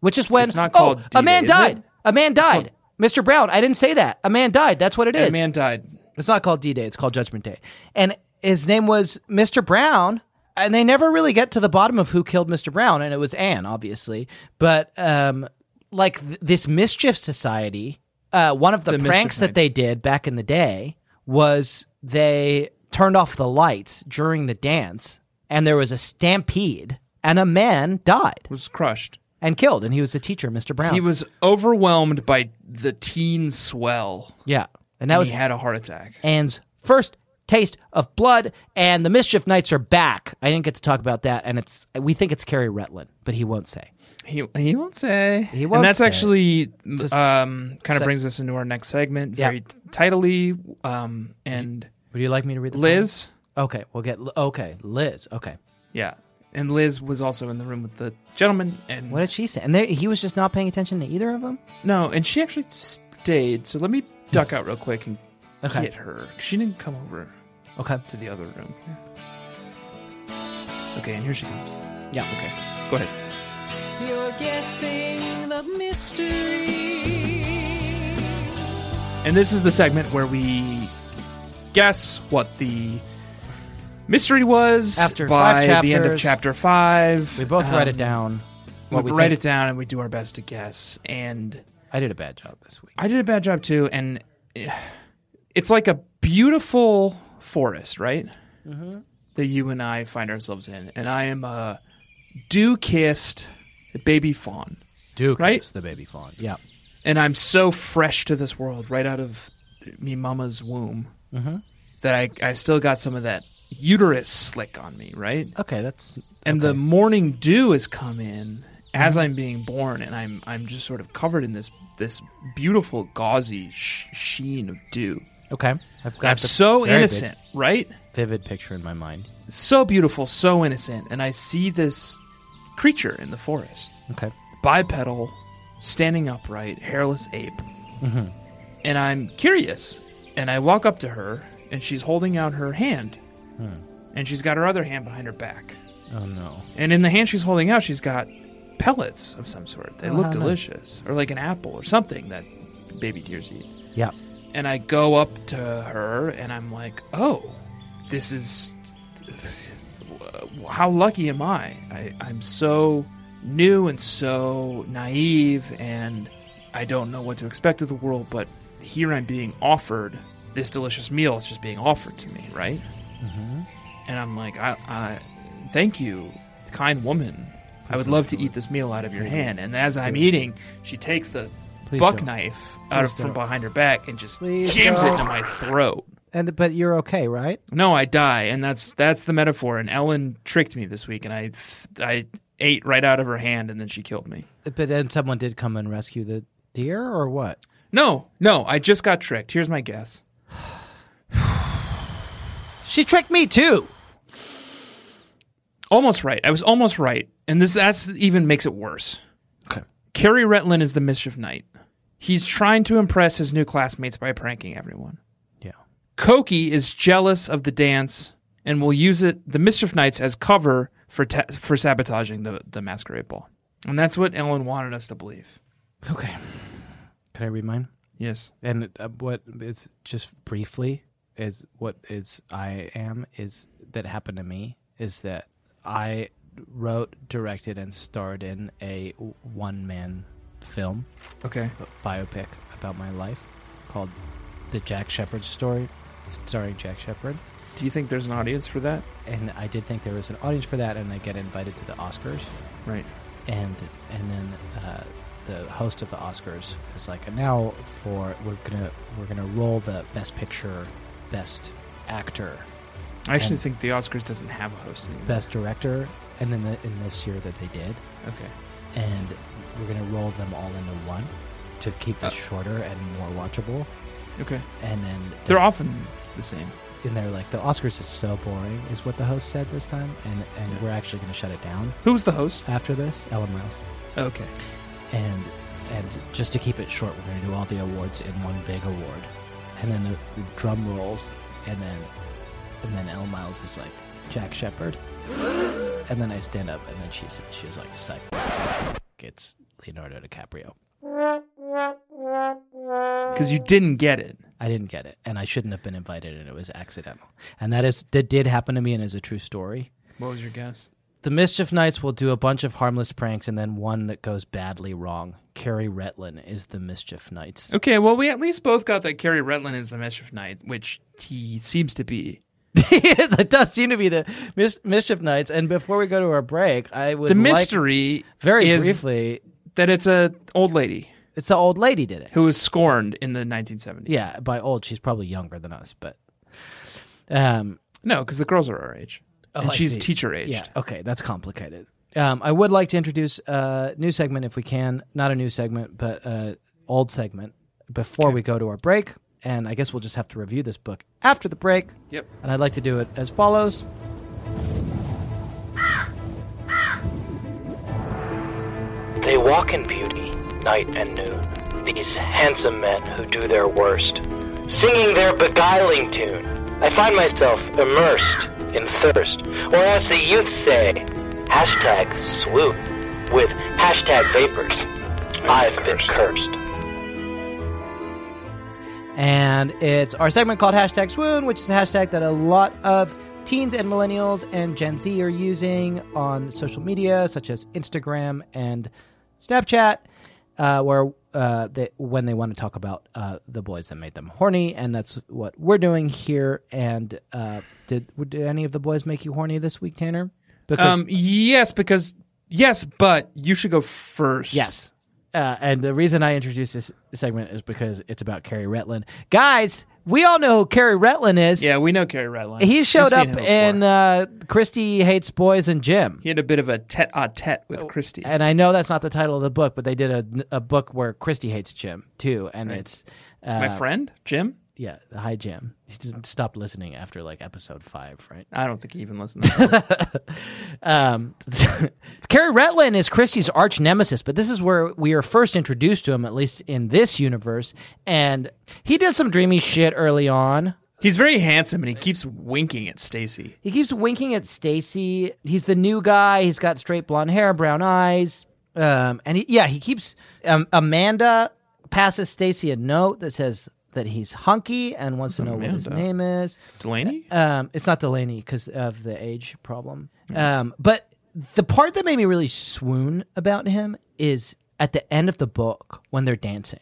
which is when
It's not called
oh, a
D-Day,
man
is it?
died. A man died. Mr. Brown, I didn't say that. A man died. That's what it is.
And man died.
It's not called D Day. It's called Judgment Day. And his name was Mr. Brown. And they never really get to the bottom of who killed Mr. Brown. And it was Anne, obviously. But um, like th- this mischief society, uh, one of the,
The Mischief
pranks that
Knights.
they did back in the day was they turned off the lights during the dance, and there was a stampede, and a man died
Was crushed.
and killed. And he was the teacher, Mr. Brown.
He was overwhelmed by the teen swell.
yeah. And that
And
was
he had a heart attack.
Anne's first taste of blood, and the Mischief Knights are back. I didn't get to talk about that, and it's we think it's Carrie Rutland, but he won't say.
He he won't say.
He won't
And that's
say.
actually
Just-
um, kind of
So-
brings us into our next segment
Yeah.
very t- tidily. Um, and
Would you like me to read the
Liz,
poem? Okay, we'll get okay, Liz. Okay,
yeah, and Liz was also in the room with the gentleman. And
what did she say? And there, he was just not paying attention to either of them.
no, and she actually stayed. So let me duck out real quick and
Okay,
get her. She didn't come over
okay,
to the other room. Okay, and here she comes.
yeah, okay.
Okay, go ahead.
You're guessing the mystery.
And this is the segment where we guess what the Mystery was
After
by
five
the end of
chapters,
chapter five.
We both write
um,
it down.
We,
What we
write
think.
it down and we do our best to guess. And
I did a bad job this week.
I did a bad job too. And [SIGHS] it's like a beautiful forest, right? Mm-hmm. That you and I find ourselves in. And I am a dew kissed baby fawn.
Duke
Right?
is the baby fawn. Yeah.
and I'm so fresh to this world, right out of me mama's womb, that I I still got some of that uterus slick on me, right?
Okay, that's
And the morning dew has come in as I'm being born, and I'm I'm just sort of covered in this this beautiful gauzy sh- sheen of dew.
okay. I've got
I'm
the
so
very big,
innocent, right?
vivid picture in my mind.
So beautiful, so innocent, and I see this creature in the forest.
Okay.
bipedal, standing upright, hairless ape.
Mm-hmm.
And I'm curious. And I walk up to her, and she's holding out her hand.
Hmm.
And she's got her other hand behind her back.
Oh no.
And in the hand she's holding out, she's got pellets of some sort. They
Oh,
look
how nice.
delicious. Or like an apple or something that baby deers eat.
Yeah.
And I go up to her, and I'm like, oh, this is. How lucky am I? I I'm so new and so naive, and I don't know what to expect of the world, but here I'm being offered this delicious meal. It's just being offered to me, right?
Mm-hmm.
And I'm like, I, I thank you, kind woman. I would love to eat this meal out of your hand. And as I'm eating, she takes the
Please
buck
don't.
knife out of,
Please
from
don't.
behind her back and just
Please
jams it
don't.
into my throat.
And but you're okay, right?
No, I die, and that's that's the metaphor. And Ellen tricked me this week, and I I ate right out of her hand, and then she killed me.
But then someone did come and rescue the deer, or what?
No, no, I just got tricked. Here's my guess.
She tricked me too.
Almost right. I was almost right, and this that's even makes it worse.
Okay.
Carrie Retlin is the mischief knight. He's trying to impress his new classmates by pranking everyone.
Yeah.
Koki is jealous of the dance and will use it the Mischief Knights as cover for ta- for sabotaging the the masquerade ball. And that's what Ellen wanted us to believe.
Okay. Can I read mine?
Yes.
And uh, what is just briefly is what is I am is that happened to me is that I wrote, directed, and starred in a one man film
Okay.
biopic about my life called "The Jack Shepherd Story," starring Jack Shepherd.
Do you think there's an audience for that?
And I did think there was an audience for that, and I get invited to the Oscars.
Right.
and and then uh, the host of the Oscars is like, "And now for we're gonna we're gonna roll the best picture, best actor,
I actually
And-
think the Oscars doesn't have a host anymore.
best director, and then the, in this year that they did,
Okay.
and we're gonna roll them all into one to keep this
Uh.
shorter and more watchable.
Okay.
And then
They're often the same.
and they're like, the Oscars is so boring, is what the host said this time, and and we're actually gonna shut it down
Who's the host?
after this. Ellen Miles.
Okay.
and and just to keep it short, we're going to do all the awards in one big award, and then the, the drum rolls, and then and then L Miles is like Jack Shepard, and then I stand up, and then she's she's like psych, it's Leonardo DiCaprio.
Because you didn't get it.
I didn't get it, and I shouldn't have been invited, and it was accidental, and that is that did happen to me, and is a true story.
What was your guess?
The Mischief Knights will do a bunch of harmless pranks, and then one that goes badly wrong. Carrie Retlin is the Mischief Knights.
Okay, well, we at least both got that Carrie Retlin is the Mischief Knight, which he seems to be.
[LAUGHS] it does seem to be the mis- mischief nights. And before we go to our break, I would
The
like-
mystery
very
is
briefly.
that it's a old lady
It's the old lady did it.
who was scorned in the 1970s.
Yeah, by old she's probably younger than us, but um,
No, because the girls are our age.
oh,
and
I
she's
see.
teacher aged.
Yeah, okay, that's complicated. Um, I would like to introduce a new segment if we can. Not a new segment, but a old segment before we go to our break. And I guess we'll just have to review this book after the break.
Yep.
And I'd like to do it as follows.
They walk in beauty, night and noon, these handsome men who do their worst, singing their beguiling tune. I find myself immersed in thirst, or as the youth say, hashtag swoop, with hashtag vapors. I've been cursed.
And it's our segment called hashtag swoon, which is a hashtag that a lot of teens and millennials and Gen Z are using on social media, such as Instagram and Snapchat, uh, where uh, they, when they want to talk about uh, the boys that made them horny. And that's what we're doing here. And uh, did, did any of the boys make you horny this week, Tanner? Because
Um, yes, because yes, but you should go first.
Yes. Uh, and the reason I introduced this segment is because it's about Carrie Retland. Guys, we all know who Carrie Retland is.
Yeah, we know Carrie Ratline.
He
We've
showed
seen
up
him before.
in uh, Christy Hates Boys and Jim.
he had a bit of a tete a tete
Oh,
with Christy.
And I know that's not the title of the book, but they did a, a book where Christy hates Jim, too. And it's. Uh,
My friend Jim.
Yeah, hi, Jim. He doesn't stop listening after like episode five, right?
I don't think he even listened.
[LAUGHS]
To that.
Um, [LAUGHS] Carrie Retland is Christie's arch nemesis, but this is where we are first introduced to him, at least in this universe. And he did some dreamy shit early on.
He's very handsome and he keeps winking at Stacy.
He keeps winking at Stacy. He's the new guy. He's got straight blonde hair, brown eyes. Um, and he, yeah, he keeps um, Amanda passes Stacy a note that says that he's hunky and wants to know what his
Amanda.
name is.
Delaney.
Um, it's not Delaney because of the age problem. Um, but the part that made me really swoon about him is at the end of the book when they're dancing.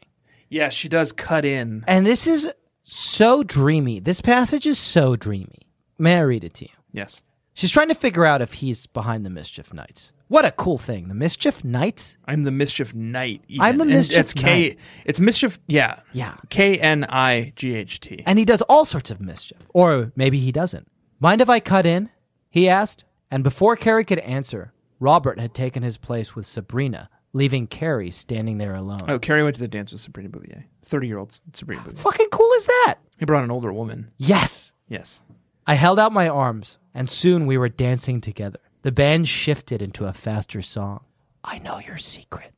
Yeah, she does cut in.
And this is so dreamy. This passage is so dreamy. May I read it to you?
Yes,
She's trying to figure out if he's behind the Mischief Knights. What a cool thing. The Mischief Knights?
I'm the mischief knight. even.
I'm the
And
mischief
It's K.
knight.
It's mischief. Yeah.
Yeah.
K N I G H T.
And he does all sorts of mischief. Or maybe he doesn't. Mind if I cut in? He asked. And before Carrie could answer, Robert had taken his place with Sabrina, leaving Carrie standing there alone.
Oh, Carrie went to the dance with Sabrina Bouvier. Thirty-year-old Sabrina Bouvier.
Fucking cool is that?
He brought an older woman.
Yes.
Yes.
I held out my arms, and soon we were dancing together. The band shifted into a faster song. I know your secret,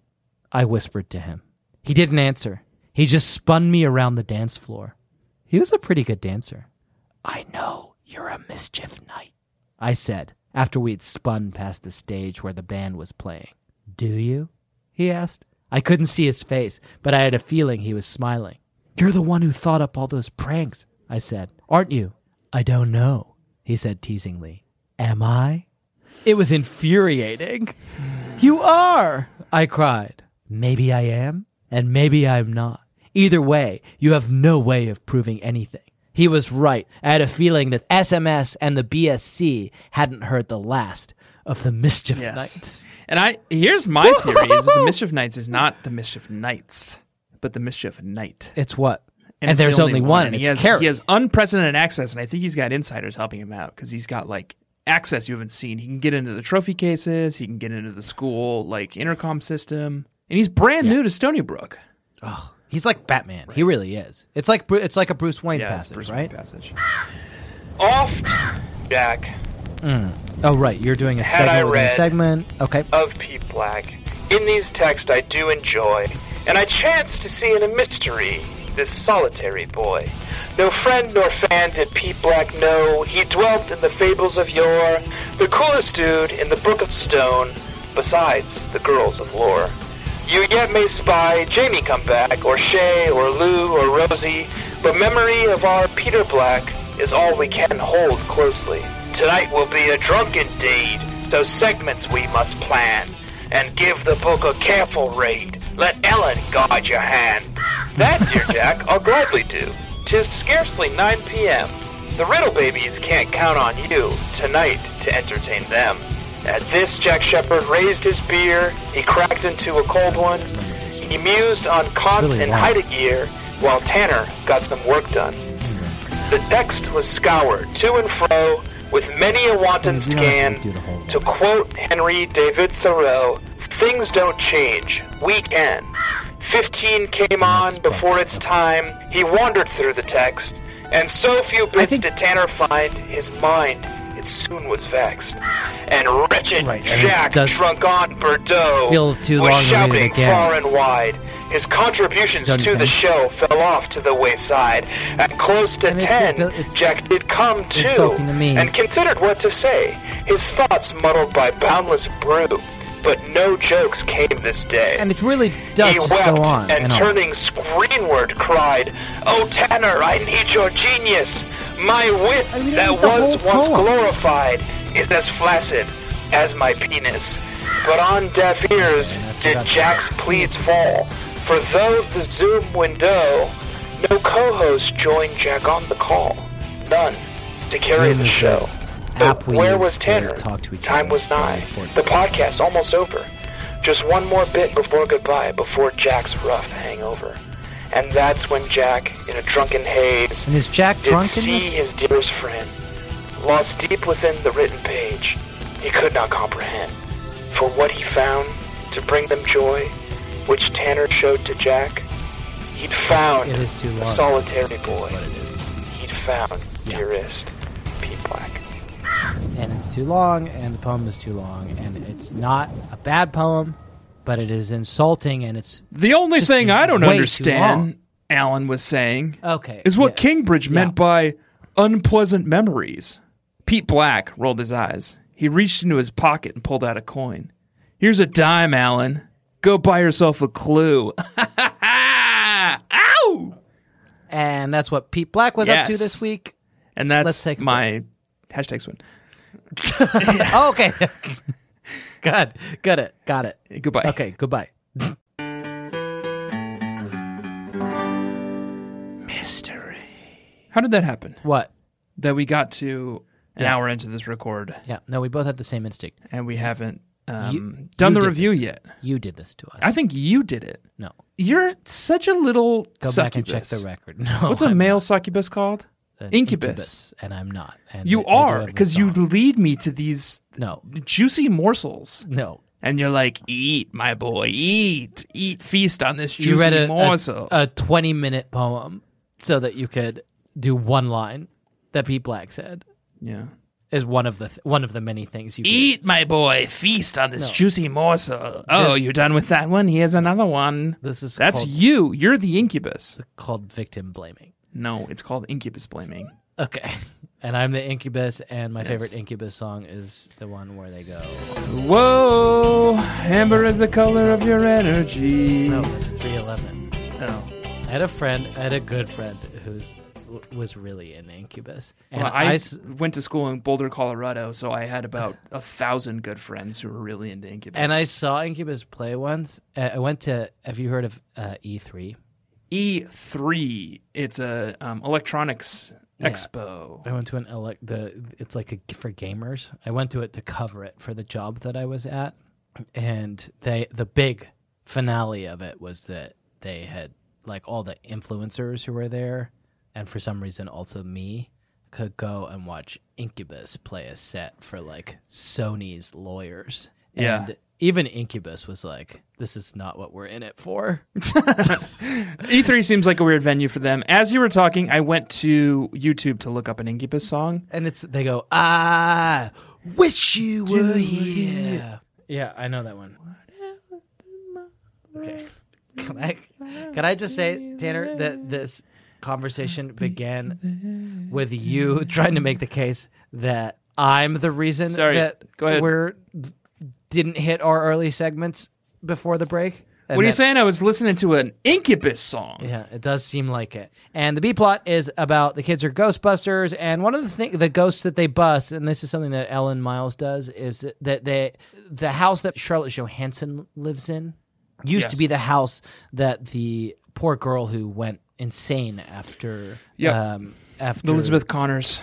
I whispered to him. He didn't answer. He just spun me around the dance floor. He was a pretty good dancer. I know you're a mischief knight, I said after we had spun past the stage where the band was playing. Do you? he asked. I couldn't see his face, but I had a feeling he was smiling. You're the one who thought up all those pranks, I said. Aren't you? I don't know, he said teasingly. Am I? It was infuriating. you are, I cried. Maybe I am, and maybe I'm not. Either way, you have no way of proving anything. He was right. I had a feeling that SMS and the BSC hadn't heard the last of the Mischief
Yes.
Knights.
And I here's my theory: is that the mischief knights is not the mischief knights, but the mischief knight.
It's what? And,
it's the
there's only, one, and
he
it's
has
Carrie.
he has unprecedented access, and I think he's got insiders helping him out because he's got like access you haven't seen. He can get into the trophy cases. He can get into the school like intercom system, and he's brand new to Stony Brook.
He's like Batman. He really is. It's like Bru- it's like a Bruce Wayne
Yeah, it's
passage,
Bruce Wayne
right?
Passage.
Off, Jack,
Oh, right. You're doing a
Had I
segment within a
read-
segment. Okay.
of P. Black. In these texts I do enjoy, and I chance to see in a mystery this solitary boy. No friend nor fan did P. Black know, he dwelt in the fables of yore, the coolest dude in the Brook of Stone, besides the girls of lore. You yet may spy Jamie come back, or Shay, or Lou, or Rosie, but memory of our Peter Black is all we can hold closely. Tonight will be a drunken deed, so segments we must plan, and give the book a careful read. Let Ellen guide your hand. That, dear Jack, I'll gladly do. Tis scarcely 9 p.m. The Riddle Babies can't count on you tonight to entertain them. At this, Jack Shepard raised his beer, he cracked into a cold one, he mused on Kant
Really
and
long.
Heidegger, while Tanner got some work done. The text was scoured to and fro with many a wanton
You don't have
scan.
to do the whole
To quote Henry David Thoreau, things don't change, we can. 15 came on before its time. He wandered through the text, and so few bits
think-
did Tanner find. His mind, it soon was vexed. And wretched
Right, I mean, it
Jack,
does
drunk on Bordeaux,
feel too
was
long to read it
shouting
again.
far and wide. His contributions
Don't
to
you
the
think?
show fell off to the wayside. At close to
And it's-
ten,
it's-
Jack did come to
insulting to me.
and considered what to say. His thoughts muddled by boundless brew. but no jokes came this day.
And it really does
he
just
wept
go on
and,
on.
turning screenward cried, "Oh Tanner, I need your genius. My wit
I mean,
that
Oh, read the
was
whole
once
poem."
glorified is as flaccid as my penis." But on deaf ears did
about-
Jack's pleads fall, for though the Zoom window, no co-host joined Jack on the call. None to carry
Zoom
the
is
show.
the
But
app we
where
use
was
to
Tanner?
talk to each
Time
other.
was nigh.
Very important.
The podcast almost over. Just one more bit before goodbye, before Jack's rough hangover. And that's when Jack, in a drunken haze,
And is Jack
did
drunk in
see
this?
his dearest friend, lost deep within the written page. He could not comprehend. For what he found to bring them joy, which Tanner showed to Jack, he'd found
It is too
a
long.
solitary
That's
boy.
what it is.
He'd found
Yeah.
dearest Pete Black.
and it's too long and the poem is too long and it's not a bad poem but it is insulting and it's
The only
Just
thing I don't
way too
understand,
long.
Alan was saying,
okay
is what
yeah.
Kingbridge meant
Yeah.
by unpleasant memories. Pete Black rolled his eyes. He reached into his pocket and pulled out a coin. Here's a dime, Alan. Go buy yourself a clue. [LAUGHS] Ow!
and that's what pete black was up to
Yes.
this week
And that's
Let's take a
my hashtag swin.
oh, okay [LAUGHS] god got it got it
Goodbye.
okay goodbye
Mystery. How did that happen?
what
That we got to an hour into this record
yeah no we both had the same instinct
and we haven't um,
You-
done
you
the
did
review
this.
yet.
you did this to us
I think you did it.
no
You're such a little
go back and check
succubus.
the Oh, record [LAUGHS] no
What's a
I'm
male succubus called?
an
incubus?
and i'm not and
You
I do
are
have a
because you
song.
lead me to these
no
juicy morsels,
no
and you're like, "Eat, my boy, eat, eat, feast on this juicy
you read a,
morsel."
a, a 20 minute poem so that you could do one line that Pete Black said
yeah.
is one of the th- one of the many things you did.
Eat, my boy, feast on this juicy morsel. Oh, you're done with that one. Here's another one.
This is
That's
called,
you. You're the incubus.
called victim blaming.
No, it's called incubus blaming.
Okay. And I'm the incubus, and my favorite incubus song is the one where they go.
Whoa, amber is the color of your energy.
No, it's 311.
Oh.
I had a friend, I had a good friend who's w- was really an incubus, and
Well, I,
s-
went to school in Boulder, Colorado, so I had about a thousand good friends who were really into Incubus.
and I saw Incubus play once. Uh, I went to. Have you heard of uh, E3?
E3, E it's a um, electronics expo. [LAUGHS]
I went to an elect the it's like a, for gamers. I went to it to cover it for the job that I was at, and they the big finale of it was that they had like all the influencers who were there, and for some reason also me could go and watch Incubus play a set for like Sony's lawyers.
Yeah.
And even Incubus was like, "This is not what we're in it for."
E3 E seems like a weird venue for them. As you were talking, I went to YouTube to look up an Incubus song.
And it's they go, I wish you were here. Yeah, I know that one. Okay. [LAUGHS] Can I can I just say, Tanner, that this conversation began with you trying to make the case that I'm the reason
Sorry,
that
go ahead.
we're didn't hit our early segments before the break. and
what are you
that-
saying? I was listening to an Incubus song.
yeah, it does seem like it. And the B plot is about the kids are Ghostbusters, and one of the thing the ghosts that they bust, and this is something that Ellen Miles does, is that they the house that Charlotte Johansson lives in used to
Yes.
be the house that the poor girl who went insane after
Yep.
um, after
Elizabeth Connors.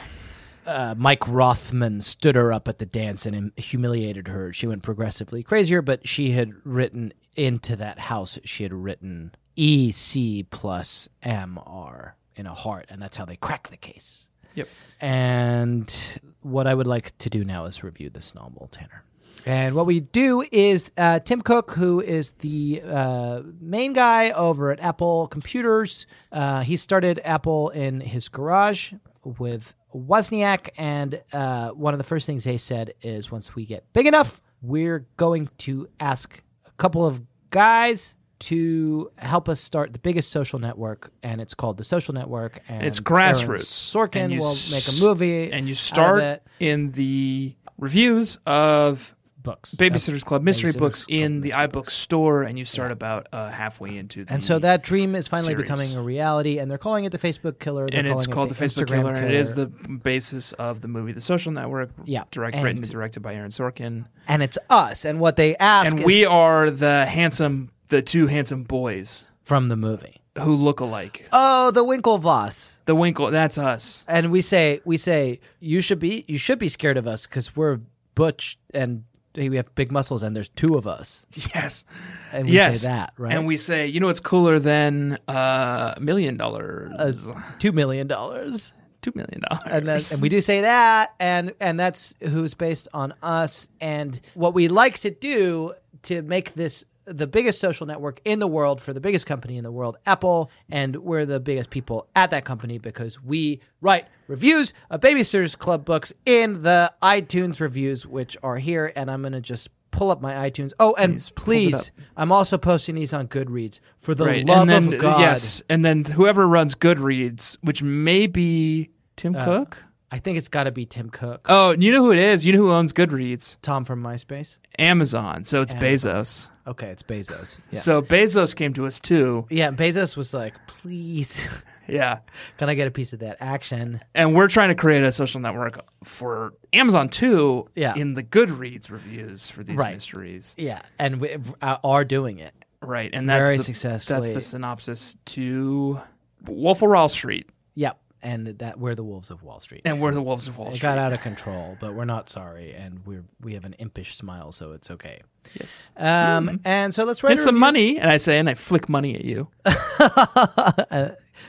uh, Mike Rothman stood her up at the dance and hum- humiliated her. She went progressively crazier, but she had written into that house, she had written EC plus MR in a heart, and that's how they crack the case.
Yep.
And what I would like to do now is review this novel, Tanner. And what we do is uh, Tim Cook, who is the uh, main guy over at Apple Computers, uh, he started Apple in his garage with Wozniak. And uh, one of the first things they said is once we get big enough, we're going to ask a couple of guys to help us start the biggest social network. And it's called The Social Network. And
It's
Aaron
grassroots. And
Sorkin
you
will
s-
make a movie.
And you
out of
start
it.
in the reviews of
books.
Babysitter's Club mystery
Babysitter's
books
Club
in the
mystery
iBook store, and you start about uh, halfway into. The
And so that dream is finally
series.
becoming a reality, and they're calling it the Facebook Killer. they're
and it's
calling it
called the, Facebook
Instagram
Killer, and it is the basis of the movie The Social Network.
Yeah,
direct,
and-
written and directed by Aaron Sorkin,
and it's us. And what they ask
and
is
we are the handsome, the two handsome boys
from the movie.
who look alike.
Oh, the Winklevoss.
The Winkle, that's
[LAUGHS]
us.
and we say we say you should be you should be scared of us because we're butch and we have big muscles and there's two of us
Yes,
and we
yes,
say that right
And we say, you know, it's cooler than uh, a million dollars,
Uh, two million dollars
two million dollars,
and then and we do say that and and that's who's based on us and what we like to do to make this the biggest social network in the world for the biggest company in the world apple and we're the biggest people at that company because we write reviews of babysitters club books in the itunes reviews which are here and i'm going to just pull up my itunes oh and please, i'm also posting these on goodreads for the
right.
love
and then uh,
of god
yes, and then whoever runs Goodreads, which may be Tim Cook.
i think it's got to be tim cook
Oh, you know who it is. You know who owns Goodreads?
tom from myspace
Amazon. So it's Bezos.
okay it's bezos yeah
So Bezos came to us too.
Yeah, Bezos was like, please, [LAUGHS]
Yeah.
can I get a piece of that action?
And we're trying to create a social network for Amazon too
Yeah.
in the Goodreads reviews for these
Right.
mysteries.
Yeah, and we uh, are doing it.
Right. And that's
Very
the, That's
successfully.
the synopsis to Wolf of Wall Street.
Yep, and that we're the wolves of Wall Street.
And we're the Wolves of Wall
it
Street.
got out of control, but we're not sorry, and we're we have an impish smile, so it's okay.
Yes.
Um, and so let's write
Here's
a
some
review.
money. And I say, and I flick money at you.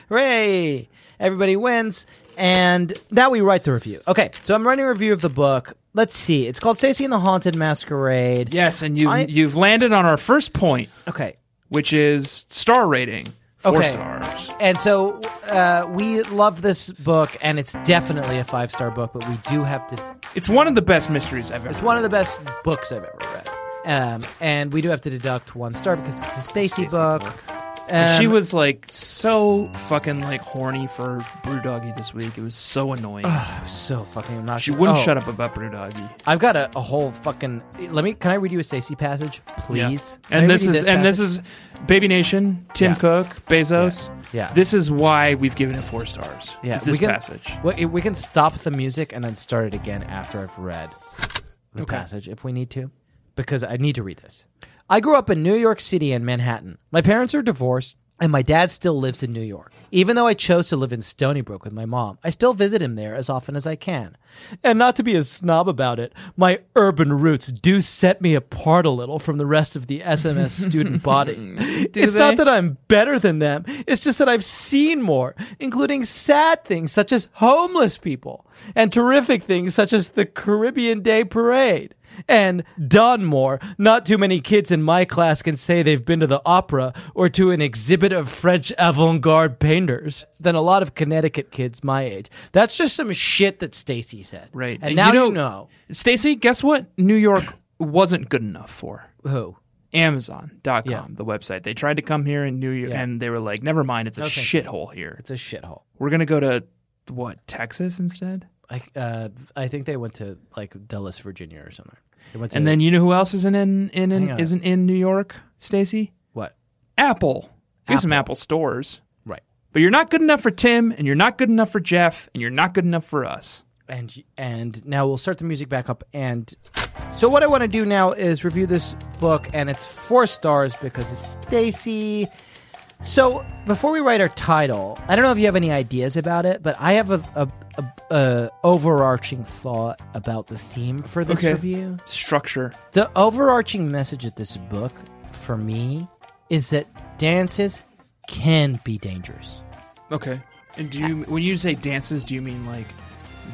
Hooray! Everybody wins. And now we write the review. Okay, so I'm writing a review of the book. Let's see. It's called Stacy and the Haunted Masquerade.
Yes. And you've,
I-
you've landed on our first point,
Okay,
which is star rating. Four
Okay.
stars.
And so uh, we love this book, and it's definitely a five star book, but we do have to.
It's one of the best mysteries I've ever
It's one of the best books I've ever read. Um, and we do have to deduct one star because it's a Stacy
Stacey
book.
book.
Um,
she was like so fucking like horny for Brewdoggy this week. It was so annoying.
so fucking obnoxious.
she wouldn't
Oh,
shut up about Brewdoggy.
I've got a, a whole fucking. Let me. Can I read you a Stacy passage, please?
Yeah.
Can
And
I
this
read
is
you
and this
passage?
is Baby Nation, Tim
Yeah.
Cook, Bezos.
Yeah. Yeah.
This is why we've given it four stars.
Yeah,
Is this
we can,
passage.
We, we can stop the music and then start it again after I've read the passage if we need to, because I need to read this. I grew up in New York City and Manhattan. My parents are divorced, and my dad still lives in New York. Even though I chose to live in Stony Brook with my mom, I still visit him there as often as I can. And not to be a snob about it, my urban roots do set me apart a little from the rest of the
[LAUGHS]
SMS student body. it's
they?
not that I'm better than them, it's just that I've seen more, including sad things such as homeless people, and terrific things such as the Caribbean Day Parade. And done more. Not too many kids in my class can say they've been to the opera or to an exhibit of French avant garde painters than a lot of Connecticut kids my age. That's just some shit that Stacy said.
Right.
And, now you know,
Stacy, guess what? New York wasn't good enough for.
who.
Amazon.com,
Yeah.
the website. They tried to come here in New York
Yeah.
and they were like, never mind, it's a
thank
shithole here.
It's a shithole.
We're gonna go to what, Texas instead?
I uh, I think they went to like Dulles, Virginia, or somewhere. They went to
And then you know who else isn't in in,
Hang
in
on.
isn't in New York, Stacy?
what?
Apple. We have some Apple stores.
Right.
But you're not good enough for Tim, and you're not good enough for Jeff, and you're not good enough for us.
and and now we'll start the music back up and so what i want to do now is review this book and it's four stars because it's stacy so before we write our title i don't know if you have any ideas about it but i have a, a, a, a overarching thought about the theme for this
Okay.
review
Structure.
the overarching message of this book for me is that dances can be dangerous
Okay. And do you when you say dances, do you mean like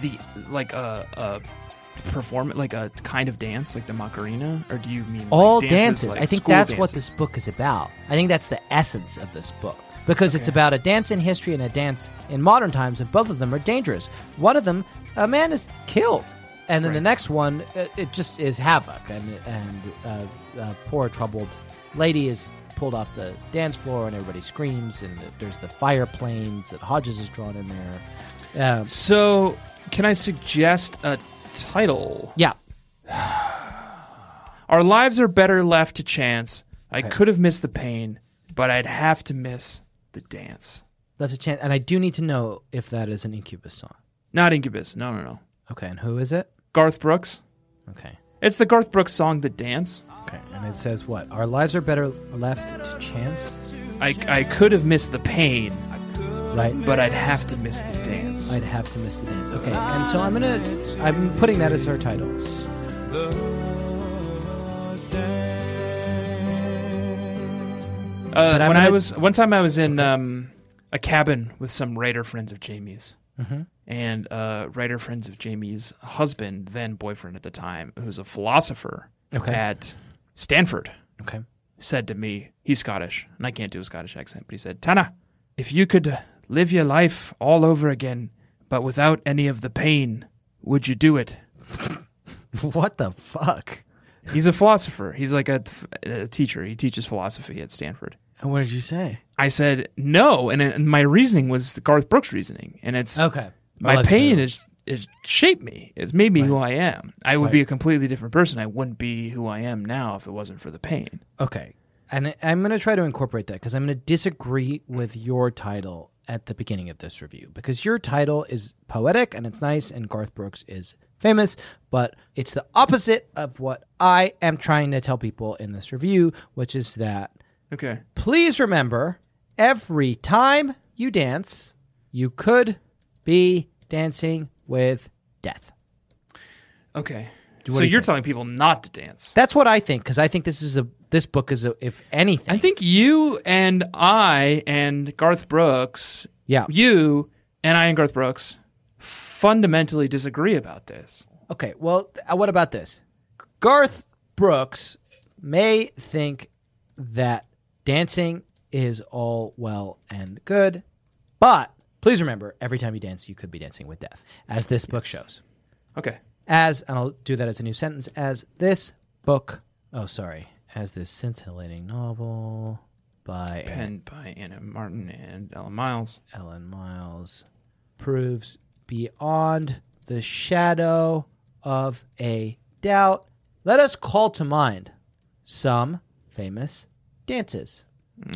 the like a a perform like a kind of dance, like the Macarena? Or do you mean like,
all dances.
dances? like
I think
school
that's what
dances?
this book is about. I think that's the essence of this book because it's about a dance in history and a dance in modern times, and both of them are dangerous. One of them, a man is killed, and then the
Right.
next one, it, it just is havoc, and and uh, a poor troubled lady is pulled off the dance floor, and everybody screams, and there's the fire planes that Hodges has drawn in there. Um,
So can I suggest a title?
yeah,
Our lives are better left to chance. I could have missed the pain, but I'd have to miss the dance.
Left a chance, and I do need to know if that is an Incubus song.
Not Incubus. No, no, no.
Okay, and who is it?
Garth Brooks.
Okay,
It's the Garth Brooks song, The Dance.
okay, and it says what? Our lives are better left to chance,
I, I could have missed the pain,
right?
but I'd have to miss the dance.
I'd have to miss the dance. Okay, and so I'm gonna, I'm putting that as our title.
Uh, when
I'm
I
gonna-
was one time, I was in um, a cabin with some writer friends of Jamie's, and uh, writer friends of Jamie's husband, then boyfriend at the time, who's a philosopher
Okay.
at Stanford,
Okay. [LAUGHS]
said to me, "He's Scottish, and I can't do a Scottish accent." But he said, "Tana, if you could live your life all over again, but without any of the pain, would you do it?"
What the fuck?
He's a philosopher. He's like a, a teacher. He teaches philosophy at Stanford.
And what did you say?
I said no, and, and my reasoning was Garth Brooks' reasoning, and it's
Okay.
my
Well, that's
pain
good.
is is shaped me. It's made me who I am. I would be
Right.
a completely different person. I wouldn't be who I am now if it wasn't for the pain.
Okay. And I- I'm going to try to incorporate that because I'm going to disagree with your title at the beginning of this review because your title is poetic and it's nice and Garth Brooks is famous, but it's the opposite of what I am trying to tell people in this review, which is that
Okay.
please remember every time you dance, you could be dancing with death.
Okay.
do
so
you
you're
think?
telling people not to dance.
That's what I think because I think this is a this book is a, if anything
I think you and I and Garth Brooks,
yeah
you and I and Garth Brooks fundamentally disagree about this.
Okay, well, th- uh, what about this? Garth Brooks may think that dancing is all well and good, but please remember every time you dance, you could be dancing with death, as this book shows.
Okay.
As, and I'll do that as a new sentence, as this book, oh, sorry, as this scintillating novel by
Penned by Anna Martin and Ellen Miles.
Ellen Miles proves beyond the shadow of a doubt. Let us call to mind some famous dances.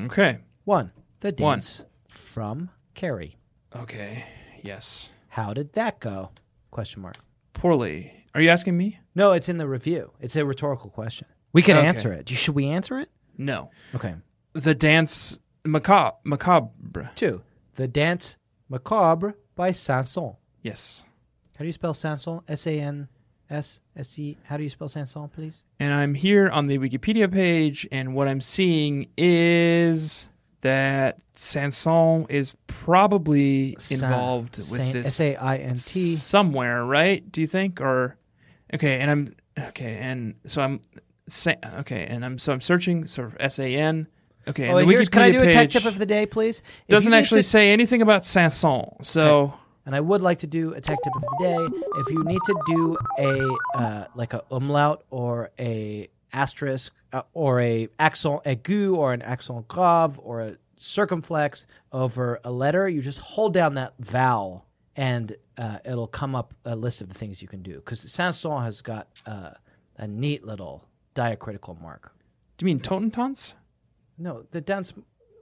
Okay.
One, the
One.
dance from Carrie.
Okay. Yes.
How did that go? Question mark.
Poorly. Are you asking me?
No, it's in the review. It's a rhetorical question. We can
Okay.
answer it. You- Should we answer it?
No.
Okay.
The dance macabre. Macabre.
Two, the dance macabre by Sanson.
Yes.
How do you spell Sanson? S A N S S E. How do you spell Sanson, please?
And I'm here on the Wikipedia page, and what I'm seeing is that Sanson is probably involved with this
S A I N T.
somewhere, right? Do you think? Or okay, and I'm okay, and so I'm sa- okay, and I'm so I'm searching sort of S A N. Okay,
Oh,
and
and
the
here's,
Wikipedia
can I do a
page
tech tip of the day, please? If
doesn't
you need
actually
to-
say anything about Sanson, so.
and I would like to do a tech tip of the day. If you need to do a uh, like a umlaut or a asterisk uh, or a accent aigu or an accent grave or a circumflex over a letter, you just hold down that vowel and uh, it'll come up a list of the things you can do. Because Sanson has got uh, a neat little diacritical mark
Do you mean Totentons?
No, the dance.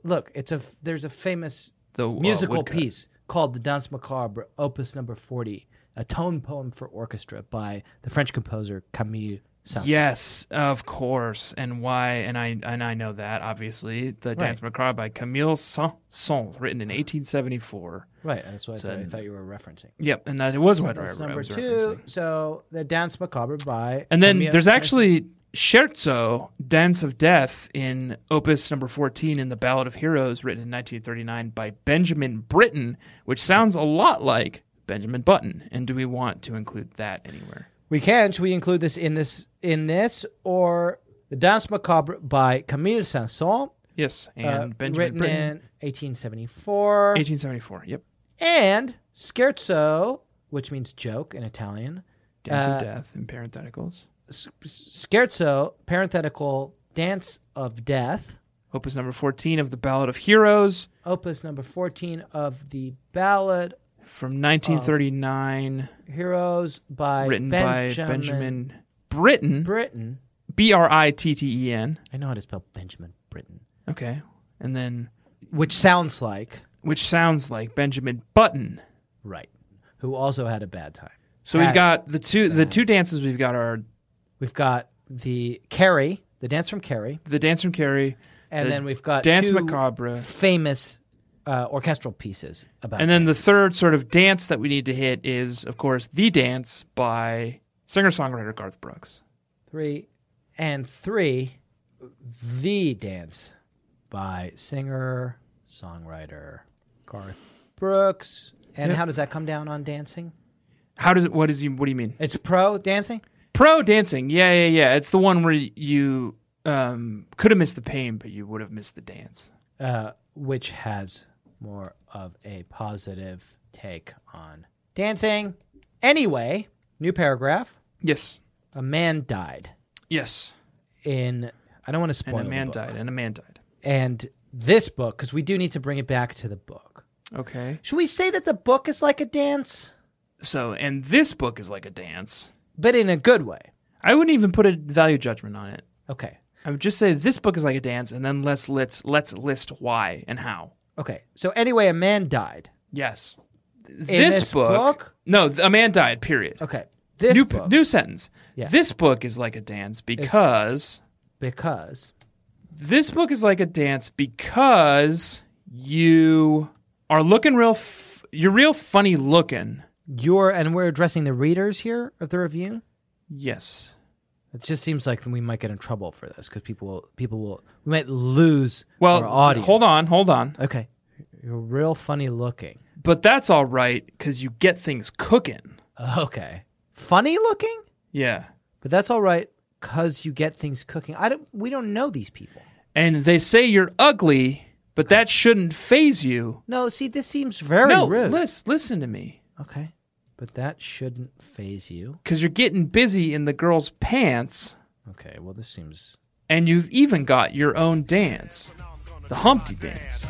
Look, it's a there's a famous
The, uh,
musical
woodcut.
piece called the Dance Macabre, opus number forty, a tone poem for orchestra by the French composer Camille Saint-Saëns.
Yes, of course. And why? And I and I know that obviously. The Dance Macabre by Camille Saint-Saëns, written in 1874.
right. That's what I
So-
thought, I thought you were referencing.
Yep, and that it was what I
That's
re- I
number
was
two.
referencing.
So the Dance Macabre by
And then
Camille
there's
Saint-Saëns.
actually Scherzo, Dance of Death, in opus number 14 in the Ballad of Heroes, written in 1939 by Benjamin Britten, which sounds a lot like Benjamin Button. And do we want to include that anywhere?
we can should we include this in this in this or the Dance Macabre by Camille Saint-Saëns,
Yes, and
uh,
Benjamin
written
Britten, E
in 1874.
1874. Yep,
and scherzo, which means joke in Italian.
Dance
Uh,
of Death in parentheticals.
S- s- Scherzo, parenthetical, dance of death,
Opus number 14 of the Ballad of Heroes
opus number 14 of the Ballad
from 1939,
Heroes by
written by
Benjamin
Benjamin Britten.
Britten.
B R I T T E N.
I know how to spell Benjamin Britten.
Okay. And then,
which sounds like
which sounds like Benjamin Button.
Right. Who also had a bad time.
So we've
That-
got the two the two dances we've got are
We've got the Carrie, the dance from Carrie,
the dance from Carrie,
and
The
then we've got
dance
two
macabre,
famous uh, orchestral pieces about.
and then the third sort of dance that we need to hit is, of course, the dance by singer songwriter Garth Brooks.
three and three, the dance by singer songwriter Garth Brooks. And how does that come down on dancing?
How does it? What is you? What do you mean?
It's pro dancing.
Pro dancing. Yeah, yeah, yeah. It's the one where you um, could have missed the pain, but you would have missed the dance.
uh, which has more of a positive take on dancing. Anyway, new paragraph.
Yes.
A man died
Yes.
in. I don't want to spoil.
And a man
the book.
died. And a man died.
And this book, because we do need to bring it back to the book.
Okay.
Should we say that the book is like a dance,
So, and this book is like a dance.
but in a good way?
I wouldn't even put a value judgment on it.
Okay.
I would just say this book is like a dance, and then let's let's let's list why and how.
Okay. So anyway, a man died.
Yes.
this book?
No, th- a man died. Period.
Okay. This
new,
book
new sentence.
Yeah.
This book is like a dance because.
because
this book is like a dance because you are looking real f- you're real funny looking
you're and we're addressing the readers here of the review.
yes
It just seems like we might get in trouble for this because people will people will we might lose
well
our audience.
hold on hold on
Okay. You're real funny looking. [LAUGHS]
but that's all right because you get things cooking
Okay. Funny looking?
yeah
But that's all right cuz you get things cooking. I don't we don't know these people.
and they say you're ugly but that shouldn't phase you
No, see this seems very
no
rude.
lis- listen to me
Okay. But that shouldn't phase you.
because you're getting busy in the girl's pants
Okay. Well, this seems
and you've even got your own dance the humpty dance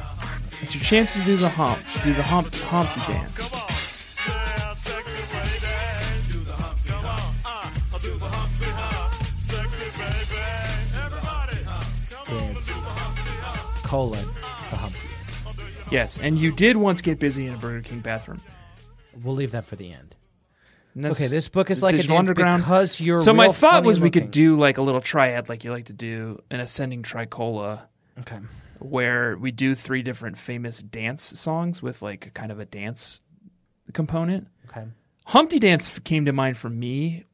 it's your chance to do the hump do the hump humpty dance
dance colon Uh-huh. the hump.
Yes, and you did once get busy in a Burger King bathroom.
We'll leave that for the end.
And that's
Okay, this book is like a
Digital
dance because you're
So my
real
thought
funny
was we could
looking.
do like a little triad, like you like to do, an ascending tricola,
Okay.
where we do three different famous dance songs with like kind of a dance component.
Okay.
Humpty Dance f- came to mind for me.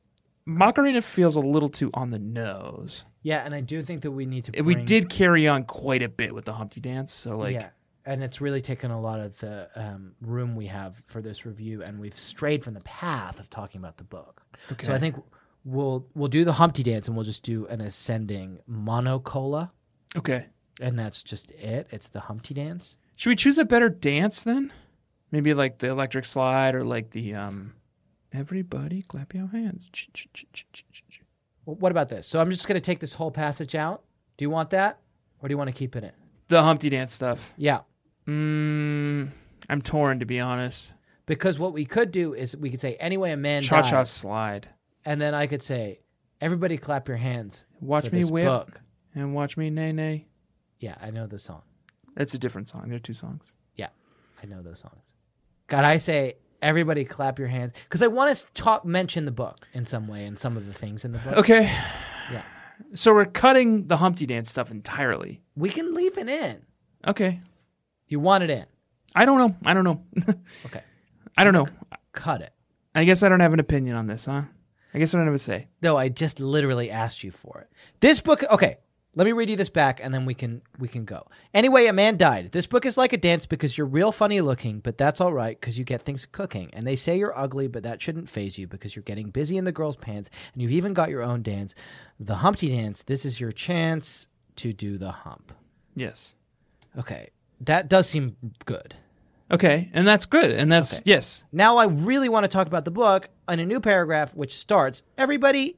Macarena feels a little too on the nose.
Yeah, and I do think that we need to.
We
bring-
did carry on quite a bit with the Humpty Dance, so like
yeah, and it's really taken a lot of the um, room we have for this review, and we've strayed from the path of talking about the book. So I
Okay.
think we'll we'll do the Humpty Dance, and we'll just do an ascending monocola,
okay.
and that's just it. It's the Humpty Dance.
Should we choose a better dance then? Maybe like the electric slide or like the um everybody clap your hands. Ch-ch-ch-ch-ch-ch.
Well, what about this? So I'm just going to take this whole passage out. Do you want that, or do you want to keep it in?
The Humpty Dance stuff.
Yeah,
Mm, I'm torn to be honest.
because what we could do is we could say anyway, a man
Cha cha
died,"
slide.
and then I could say, everybody clap your hands.
Watch
for
me
this
whip
book."
and watch me nay nay.
Yeah, I know the song.
That's a different song. They're two songs.
Yeah, I know those songs. God, I say everybody clap your hands because I want to talk mention the book in some way and some of the things in the book.
Okay.
Yeah.
So we're cutting the Humpty Dance stuff entirely.
We can leave it in.
Okay.
You want it in?
I don't know. [LAUGHS] I don't know.
Okay,
I don't know.
cut it.
I guess I don't have an opinion on this, huh? I guess I don't have a say.
No, I just literally asked you for it. This book, okay. Let me read you this back, and then we can we can go. Anyway, a man died. This book is like a dance because you're real funny looking, but that's all right because you get things cooking. And they say you're ugly, but that shouldn't phase you because you're getting busy in the girls' pants, and you've even got your own dance, the Humpty dance. This is your chance to do the hump.
Yes.
Okay, that does seem good.
Okay, and that's good. And that's yes.
Now I really want to talk about the book in a new paragraph, which starts everybody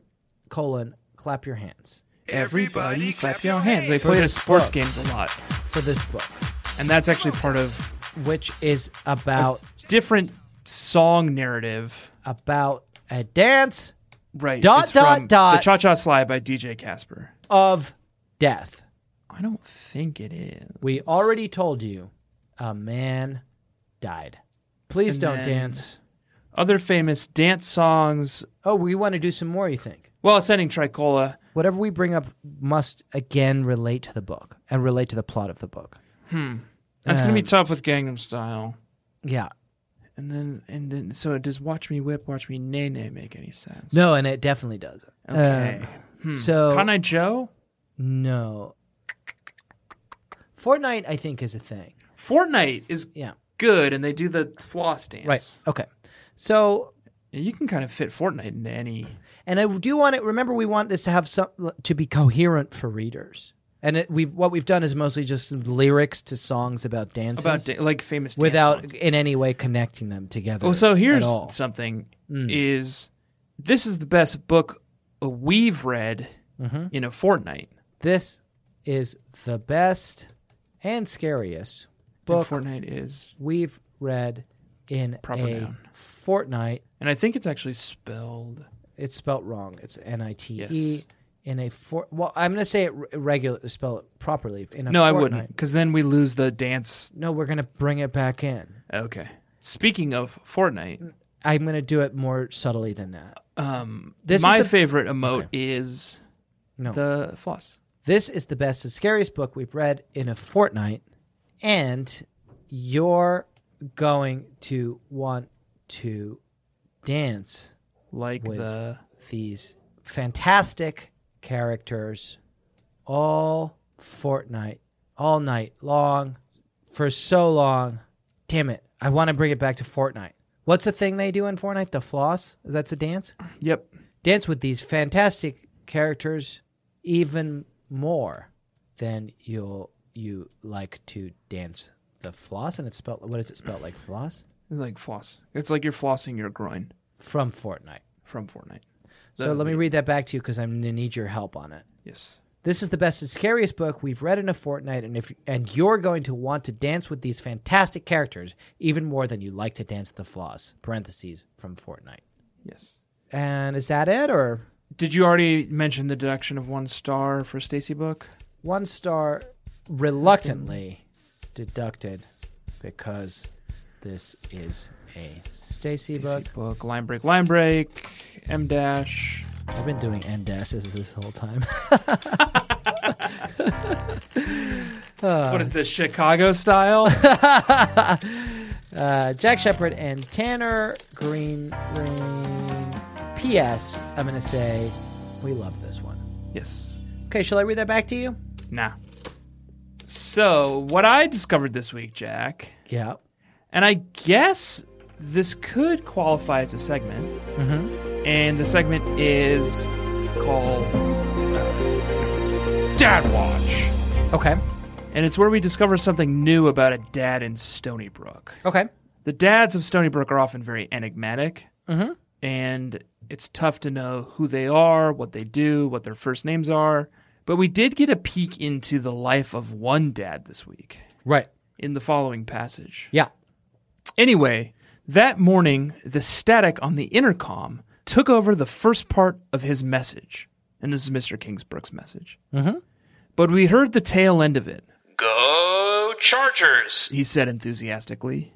colon clap your hands
Everybody clap your hands. They play it at sports games a lot.
for this book.
And that's actually part of
which is about
different song narrative
about a dance
Right.
Dot,
it's
dot,
from
dot.
The Cha Cha Slide by DJ Casper.
of death.
I don't think it is.
We already told you a man died. Please
And
don't
then-
dance.
Other famous dance songs.
Oh, we want to do some more, you think?
Well, ascending tricola.
Whatever we bring up must again relate to the book and relate to the plot of the book.
That's gonna be
Um,
tough with Gangnam Style.
Yeah.
And then, and then, so does "Watch Me Whip, Watch Me Nay Nay" make any sense?
No, and it definitely does.
Okay.
Um, So
Can I Joe?
no. Fortnite, I think, is a thing.
Fortnite is
Yeah.
good, and they do the floss dance.
Right. Okay. So
Yeah, You can kind of fit Fortnite into any.
and I do want to remember we want this to have some to be coherent for readers. And it, we've what we've done is mostly just some lyrics to songs about dances
about da- like famous dance
without
songs.
in any way connecting them together.
Oh, so
at
here's
all. Hmm.
something: is this is the best book we've read
Mm-hmm.
in a fortnight.
this is the best and scariest
And
book
Fortnite is,
we've read in
Proper
a
noun.
fortnight.
and I think it's actually spelled.
It's spelt wrong. It's N I T E
Yes.
in a fort. Well, I'm going to say it re- regular spell it properly in a
No, I
fortnight.
wouldn't, because then we lose the dance.
No, we're going to bring it back in.
Okay. Speaking of Fortnite,
I'm going to do it more subtly than that.
um,
This is
my
the-
favorite emote is
No.
the floss.
this is the best and scariest book we've read in a fortnight, and you're going to want to dance
Like
with
the
these fantastic characters all fortnight, all night long, for so long. Damn it. I want to bring it back to Fortnite. What's the thing they do in Fortnite? The floss? That's a dance?
yep.
dance with these fantastic characters even more than you'll you like to dance the floss and it's spelled what is it spelled like floss
Like floss. It's like you're flossing your groin
from Fortnite.
from Fortnite.
So let me read that back to you because I'm gonna need your help on it.
Yes.
This is the best and scariest book we've read in a fortnight, and if and you're going to want to dance with these fantastic characters even more than you like to dance the floss. Parentheses from Fortnite.
Yes.
And is that it, or
Did you already mention the deduction of one star for Stacy book?
one star reluctantly deducted because this is a Stacy book.
Stacy book, line break, line break, M dash.
I've been doing n dashes this whole [LAUGHS] time.
what is this Chicago
[LAUGHS]
style?
Uh, Jack Shepard and Tanner Green Ring. P.S. I'm going to say we love this one.
yes.
Okay, shall I read that back to you?
Nah. So what I discovered this week, Jack,
Yeah.
and I guess this could qualify as a segment,
Mm-hmm.
and the segment is called uh, Dad Watch.
Okay.
And it's where we discover something new about a dad in Stony Brook.
Okay.
the dads of Stony Brook are often very enigmatic,
Mhm.
and it's tough to know who they are, what they do, what their first names are. But we did get a peek into the life of one dad this week
Right.
in the following passage.
Yeah.
Anyway, that morning, the static on the intercom took over the first part of his message. And this is Mr. Kingsbrook's message.
Mhm.
But we heard the tail end of it,
Go Chargers!
he said enthusiastically.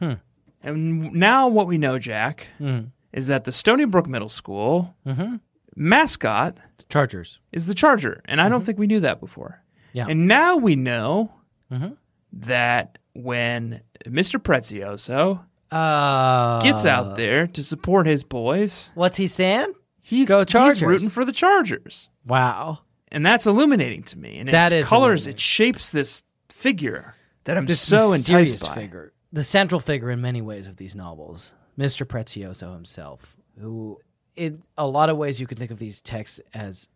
Hmm.
And now what we know, Jack,
Mm.
is that the Stony Brook Middle School
Mm-hmm.
mascot
Chargers.
is the Charger. And I don't think we knew that before.
Mm-hmm. Yeah.
And now we know
Mhm.
that when Mr. Prezioso
Uh,
gets out there to support his boys,
What's he saying?
he's,
Go Chargers.
he's rooting for the Chargers.
Wow.
And that's illuminating to me. And it
That is
colors,
illuminating.
it shapes this figure that I'm
this
so
mysterious
enticed by.
figure, the central figure in many ways of these novels, Mr. Prezioso himself, who in a lot of ways you could think of these texts as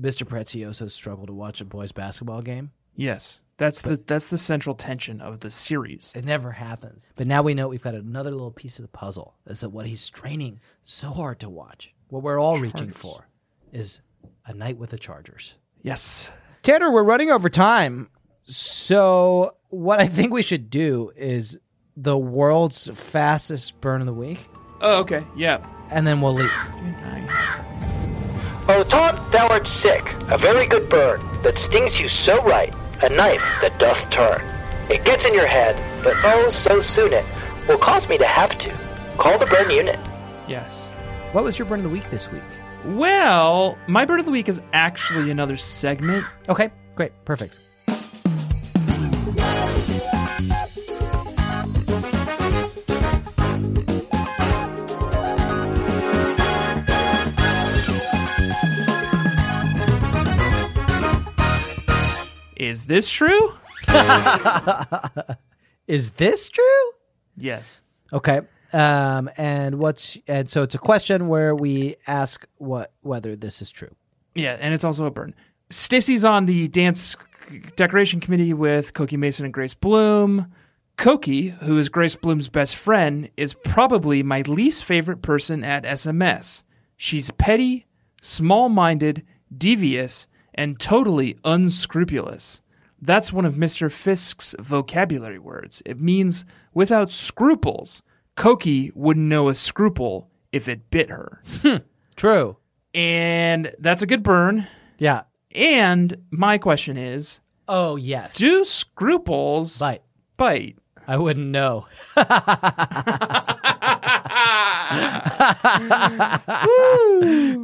Mr. Prezioso's struggle to watch a boys' basketball game.
Yes. That's the that's the central tension of the series.
It never happens, but now we know we've got another little piece of the puzzle. Is that what he's straining so hard to watch? What we're all reaching
Chargers.
for is a night with the Chargers.
Yes.
Tanner, we're running over time. So, what I think we should do is the world's fastest burn of the week,
Oh, okay. Yeah.
and then we'll leave.
Nice.
O taunt thou art Oh, sick, a very good bird, that stings you so right, a knife that doth turn. It gets in your head, but oh, so soon it will cause me to have to call the burn unit.
Yes.
What was your burn of the week this week?
Well, my bird of the week is actually another segment.
Okay, great, perfect.
Is this true?
Is this true?
Yes.
Okay. Um, and what's and so it's a question where we ask what whether this is true.
Yeah, and it's also a burn. Stacy's on the dance decoration committee with Cokie Mason and Grace Bloom. Cokie, who is Grace Bloom's best friend, is probably my least favorite person at SMS. She's petty, small minded, devious, and totally unscrupulous. That's one of Mr. Fisk's vocabulary words. It means without scruples. Cokie wouldn't know a scruple if it bit her.
True.
And that's a good burn.
Yeah.
And my question is,
Oh yes.
do scruples
Bite.
Bite.
[LAUGHS]
[LAUGHS]
I wouldn't know. [LAUGHS]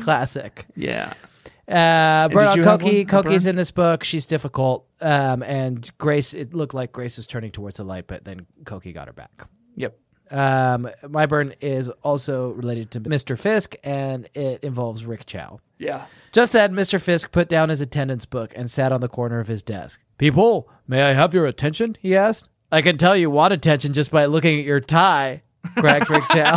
Classic.
Yeah.
Uh, Burnout
did you have
Cokie.
one, a
Cokie's
burn?
in this book. She's difficult. Um, and Grace, it looked like Grace was turning towards the light, but then Cokie got her back.
Yep.
Um, my burn is also related to Mr. Fisk, and it involves Rick Chow.
Yeah.
Just then, Mr. Fisk put down his attendance book and sat on the corner of his desk. People, may I have your attention? He asked. I can tell you want attention just by looking at your tie, cracked Rick
[LAUGHS]
Chow.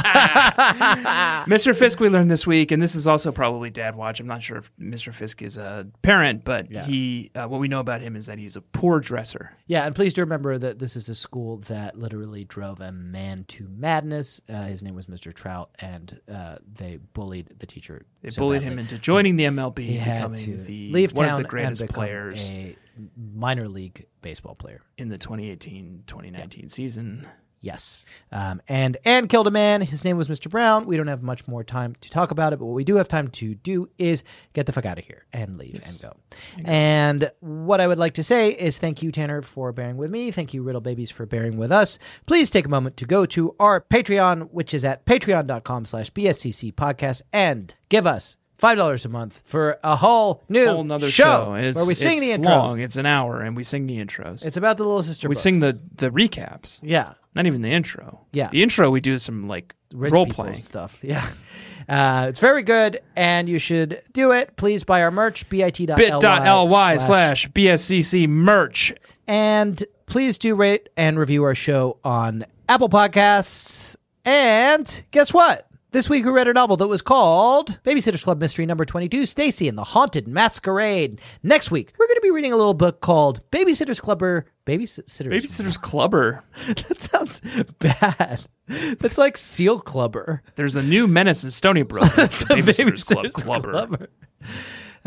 Mr. Fisk, we learned this week, and this is also probably Dad Watch. I'm not sure if Mr. Fisk is a parent, but he, uh, what we know about him is that he's a poor dresser.
yeah, and please do remember that this is a school that literally drove a man to madness. Uh, his name was Mr. Trout, and uh, they bullied the teacher.
They
so
bullied him
badly.
into joining the MLB,
He had to
becoming the
leave
one
town
of the greatest
and become
players
a minor league baseball player.
in the 2018-2019 season.
Yes. Um, and Anne killed a man. His name was Mr. Brown. We don't have much more time to talk about it, but what we do have time to do is get the fuck out of here and leave and go. And what I would like to say is thank you, Tanner, for bearing with me. Thank you, Riddle Babies, for bearing with us. Please take a moment to go to our Patreon, which is at patreon.com slash BSCC podcast, and give us $5 a month for a whole new
Whole another
show,
show. It's,
where we sing
it's
the intros.
long. It's an hour, and we sing the intros.
It's about the Little Sister
we
books.
sing the, the recaps.
Yeah.
Not even the intro.
Yeah.
The intro, we do some like
rich
role
people
playing.
stuff. [LAUGHS] Yeah. Uh, it's very good, and you should do it. Please buy our merch, bit.ly.
Bit.ly slash BSCC merch.
And please do rate and review our show on Apple Podcasts. And guess what? This week we read a novel that was called Babysitter's Club Mystery Number 22, Stacy and the Haunted Masquerade. Next week, we're going to be reading a little book called Babysitter's Clubber. Babysitter's.
Babysitter's Clubber.
[LAUGHS] that sounds bad. That's like Seal Clubber.
There's a new menace in Stony [LAUGHS] Brook.
[LAUGHS]
Babysitter's Club Clubber.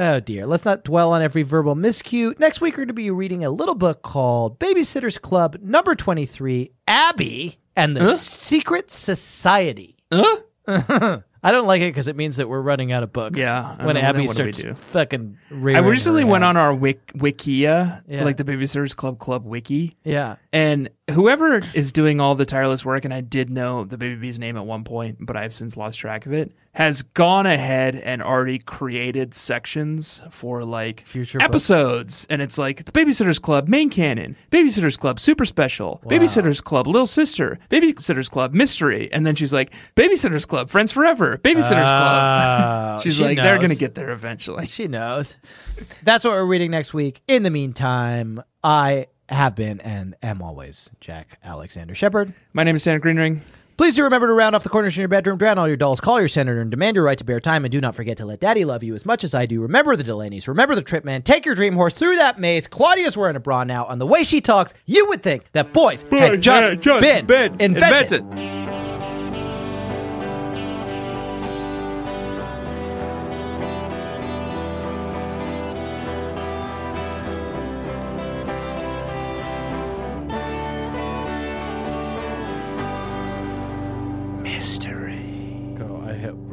Oh dear. Let's not dwell on every verbal miscue. Next week, we're going to be reading a little book called Babysitter's Club number 23 Abby and the Secret Society. [LAUGHS] I don't like it because it means that we're running out of books.
Yeah, I
When
know, then
Abby
what do we
starts
do?
fucking
I recently went on our wik- Wikia,
Yeah.
like the Babysitter's Club Club Wiki.
Yeah.
And whoever is doing all the tireless work, and I did know the baby bee's name at one point, but I've since lost track of it, has gone ahead and already created sections for like
Future
episodes. And it's like the Babysitter's Club main canon, Babysitter's Club super special, Babysitter's Club little sister, Babysitter's Club mystery. And then she's like, Babysitter's Club friends forever, Babysitter's
Oh,
Club. [LAUGHS] she's
she
like, they're
knows.
going to get there eventually.
She knows. That's what we're reading next week. In the meantime, I have been and am always Jack Alexander Shepard.
My name is Stan Greenring.
Please do remember to round off the corners in your bedroom, drown all your dolls, call your senator, and demand your right to bear time. And do not forget to let daddy love you as much as I do. Remember the Delaney's, remember the trip man, take your dream horse through that maze. Claudia's wearing a bra now, and the way she talks, you would think that boys had just, been,
Mystery.
invented. Go, I hit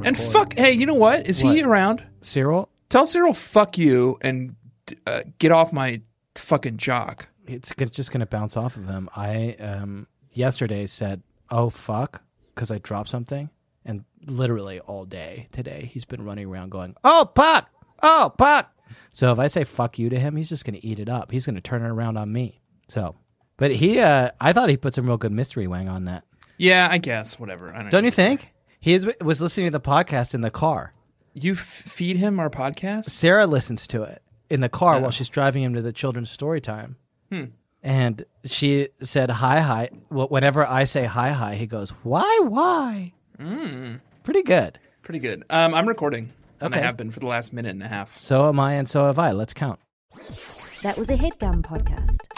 And fuck, hey, you know what? Is
What?
he around?
Cyril.
Tell Cyril fuck you and uh, get off my fucking jock.
It's g- just going to bounce off of him. I um, yesterday said, "Oh fuck," because I dropped something, and literally all day today he's been running around going, "Oh fuck, oh fuck." So if I say "fuck you" to him, he's just going to eat it up. He's going to turn it around on me. So, but he, uh, I thought he put some real good mystery wang on that.
Yeah, I guess whatever. I don't,
Don't
know.
you think? He is, was listening to the podcast in the car.
you f- feed him our podcast?
Sarah listens to it in the car while she's driving him to the children's story time. And she said, hi, hi. Wh- Whenever I say hi, hi, he goes, why, why? Pretty good.
Pretty good. Um, I'm recording, and I
Okay.
have been for the last minute and a half.
So am I, and so have I. Let's count.
That was a headgum podcast.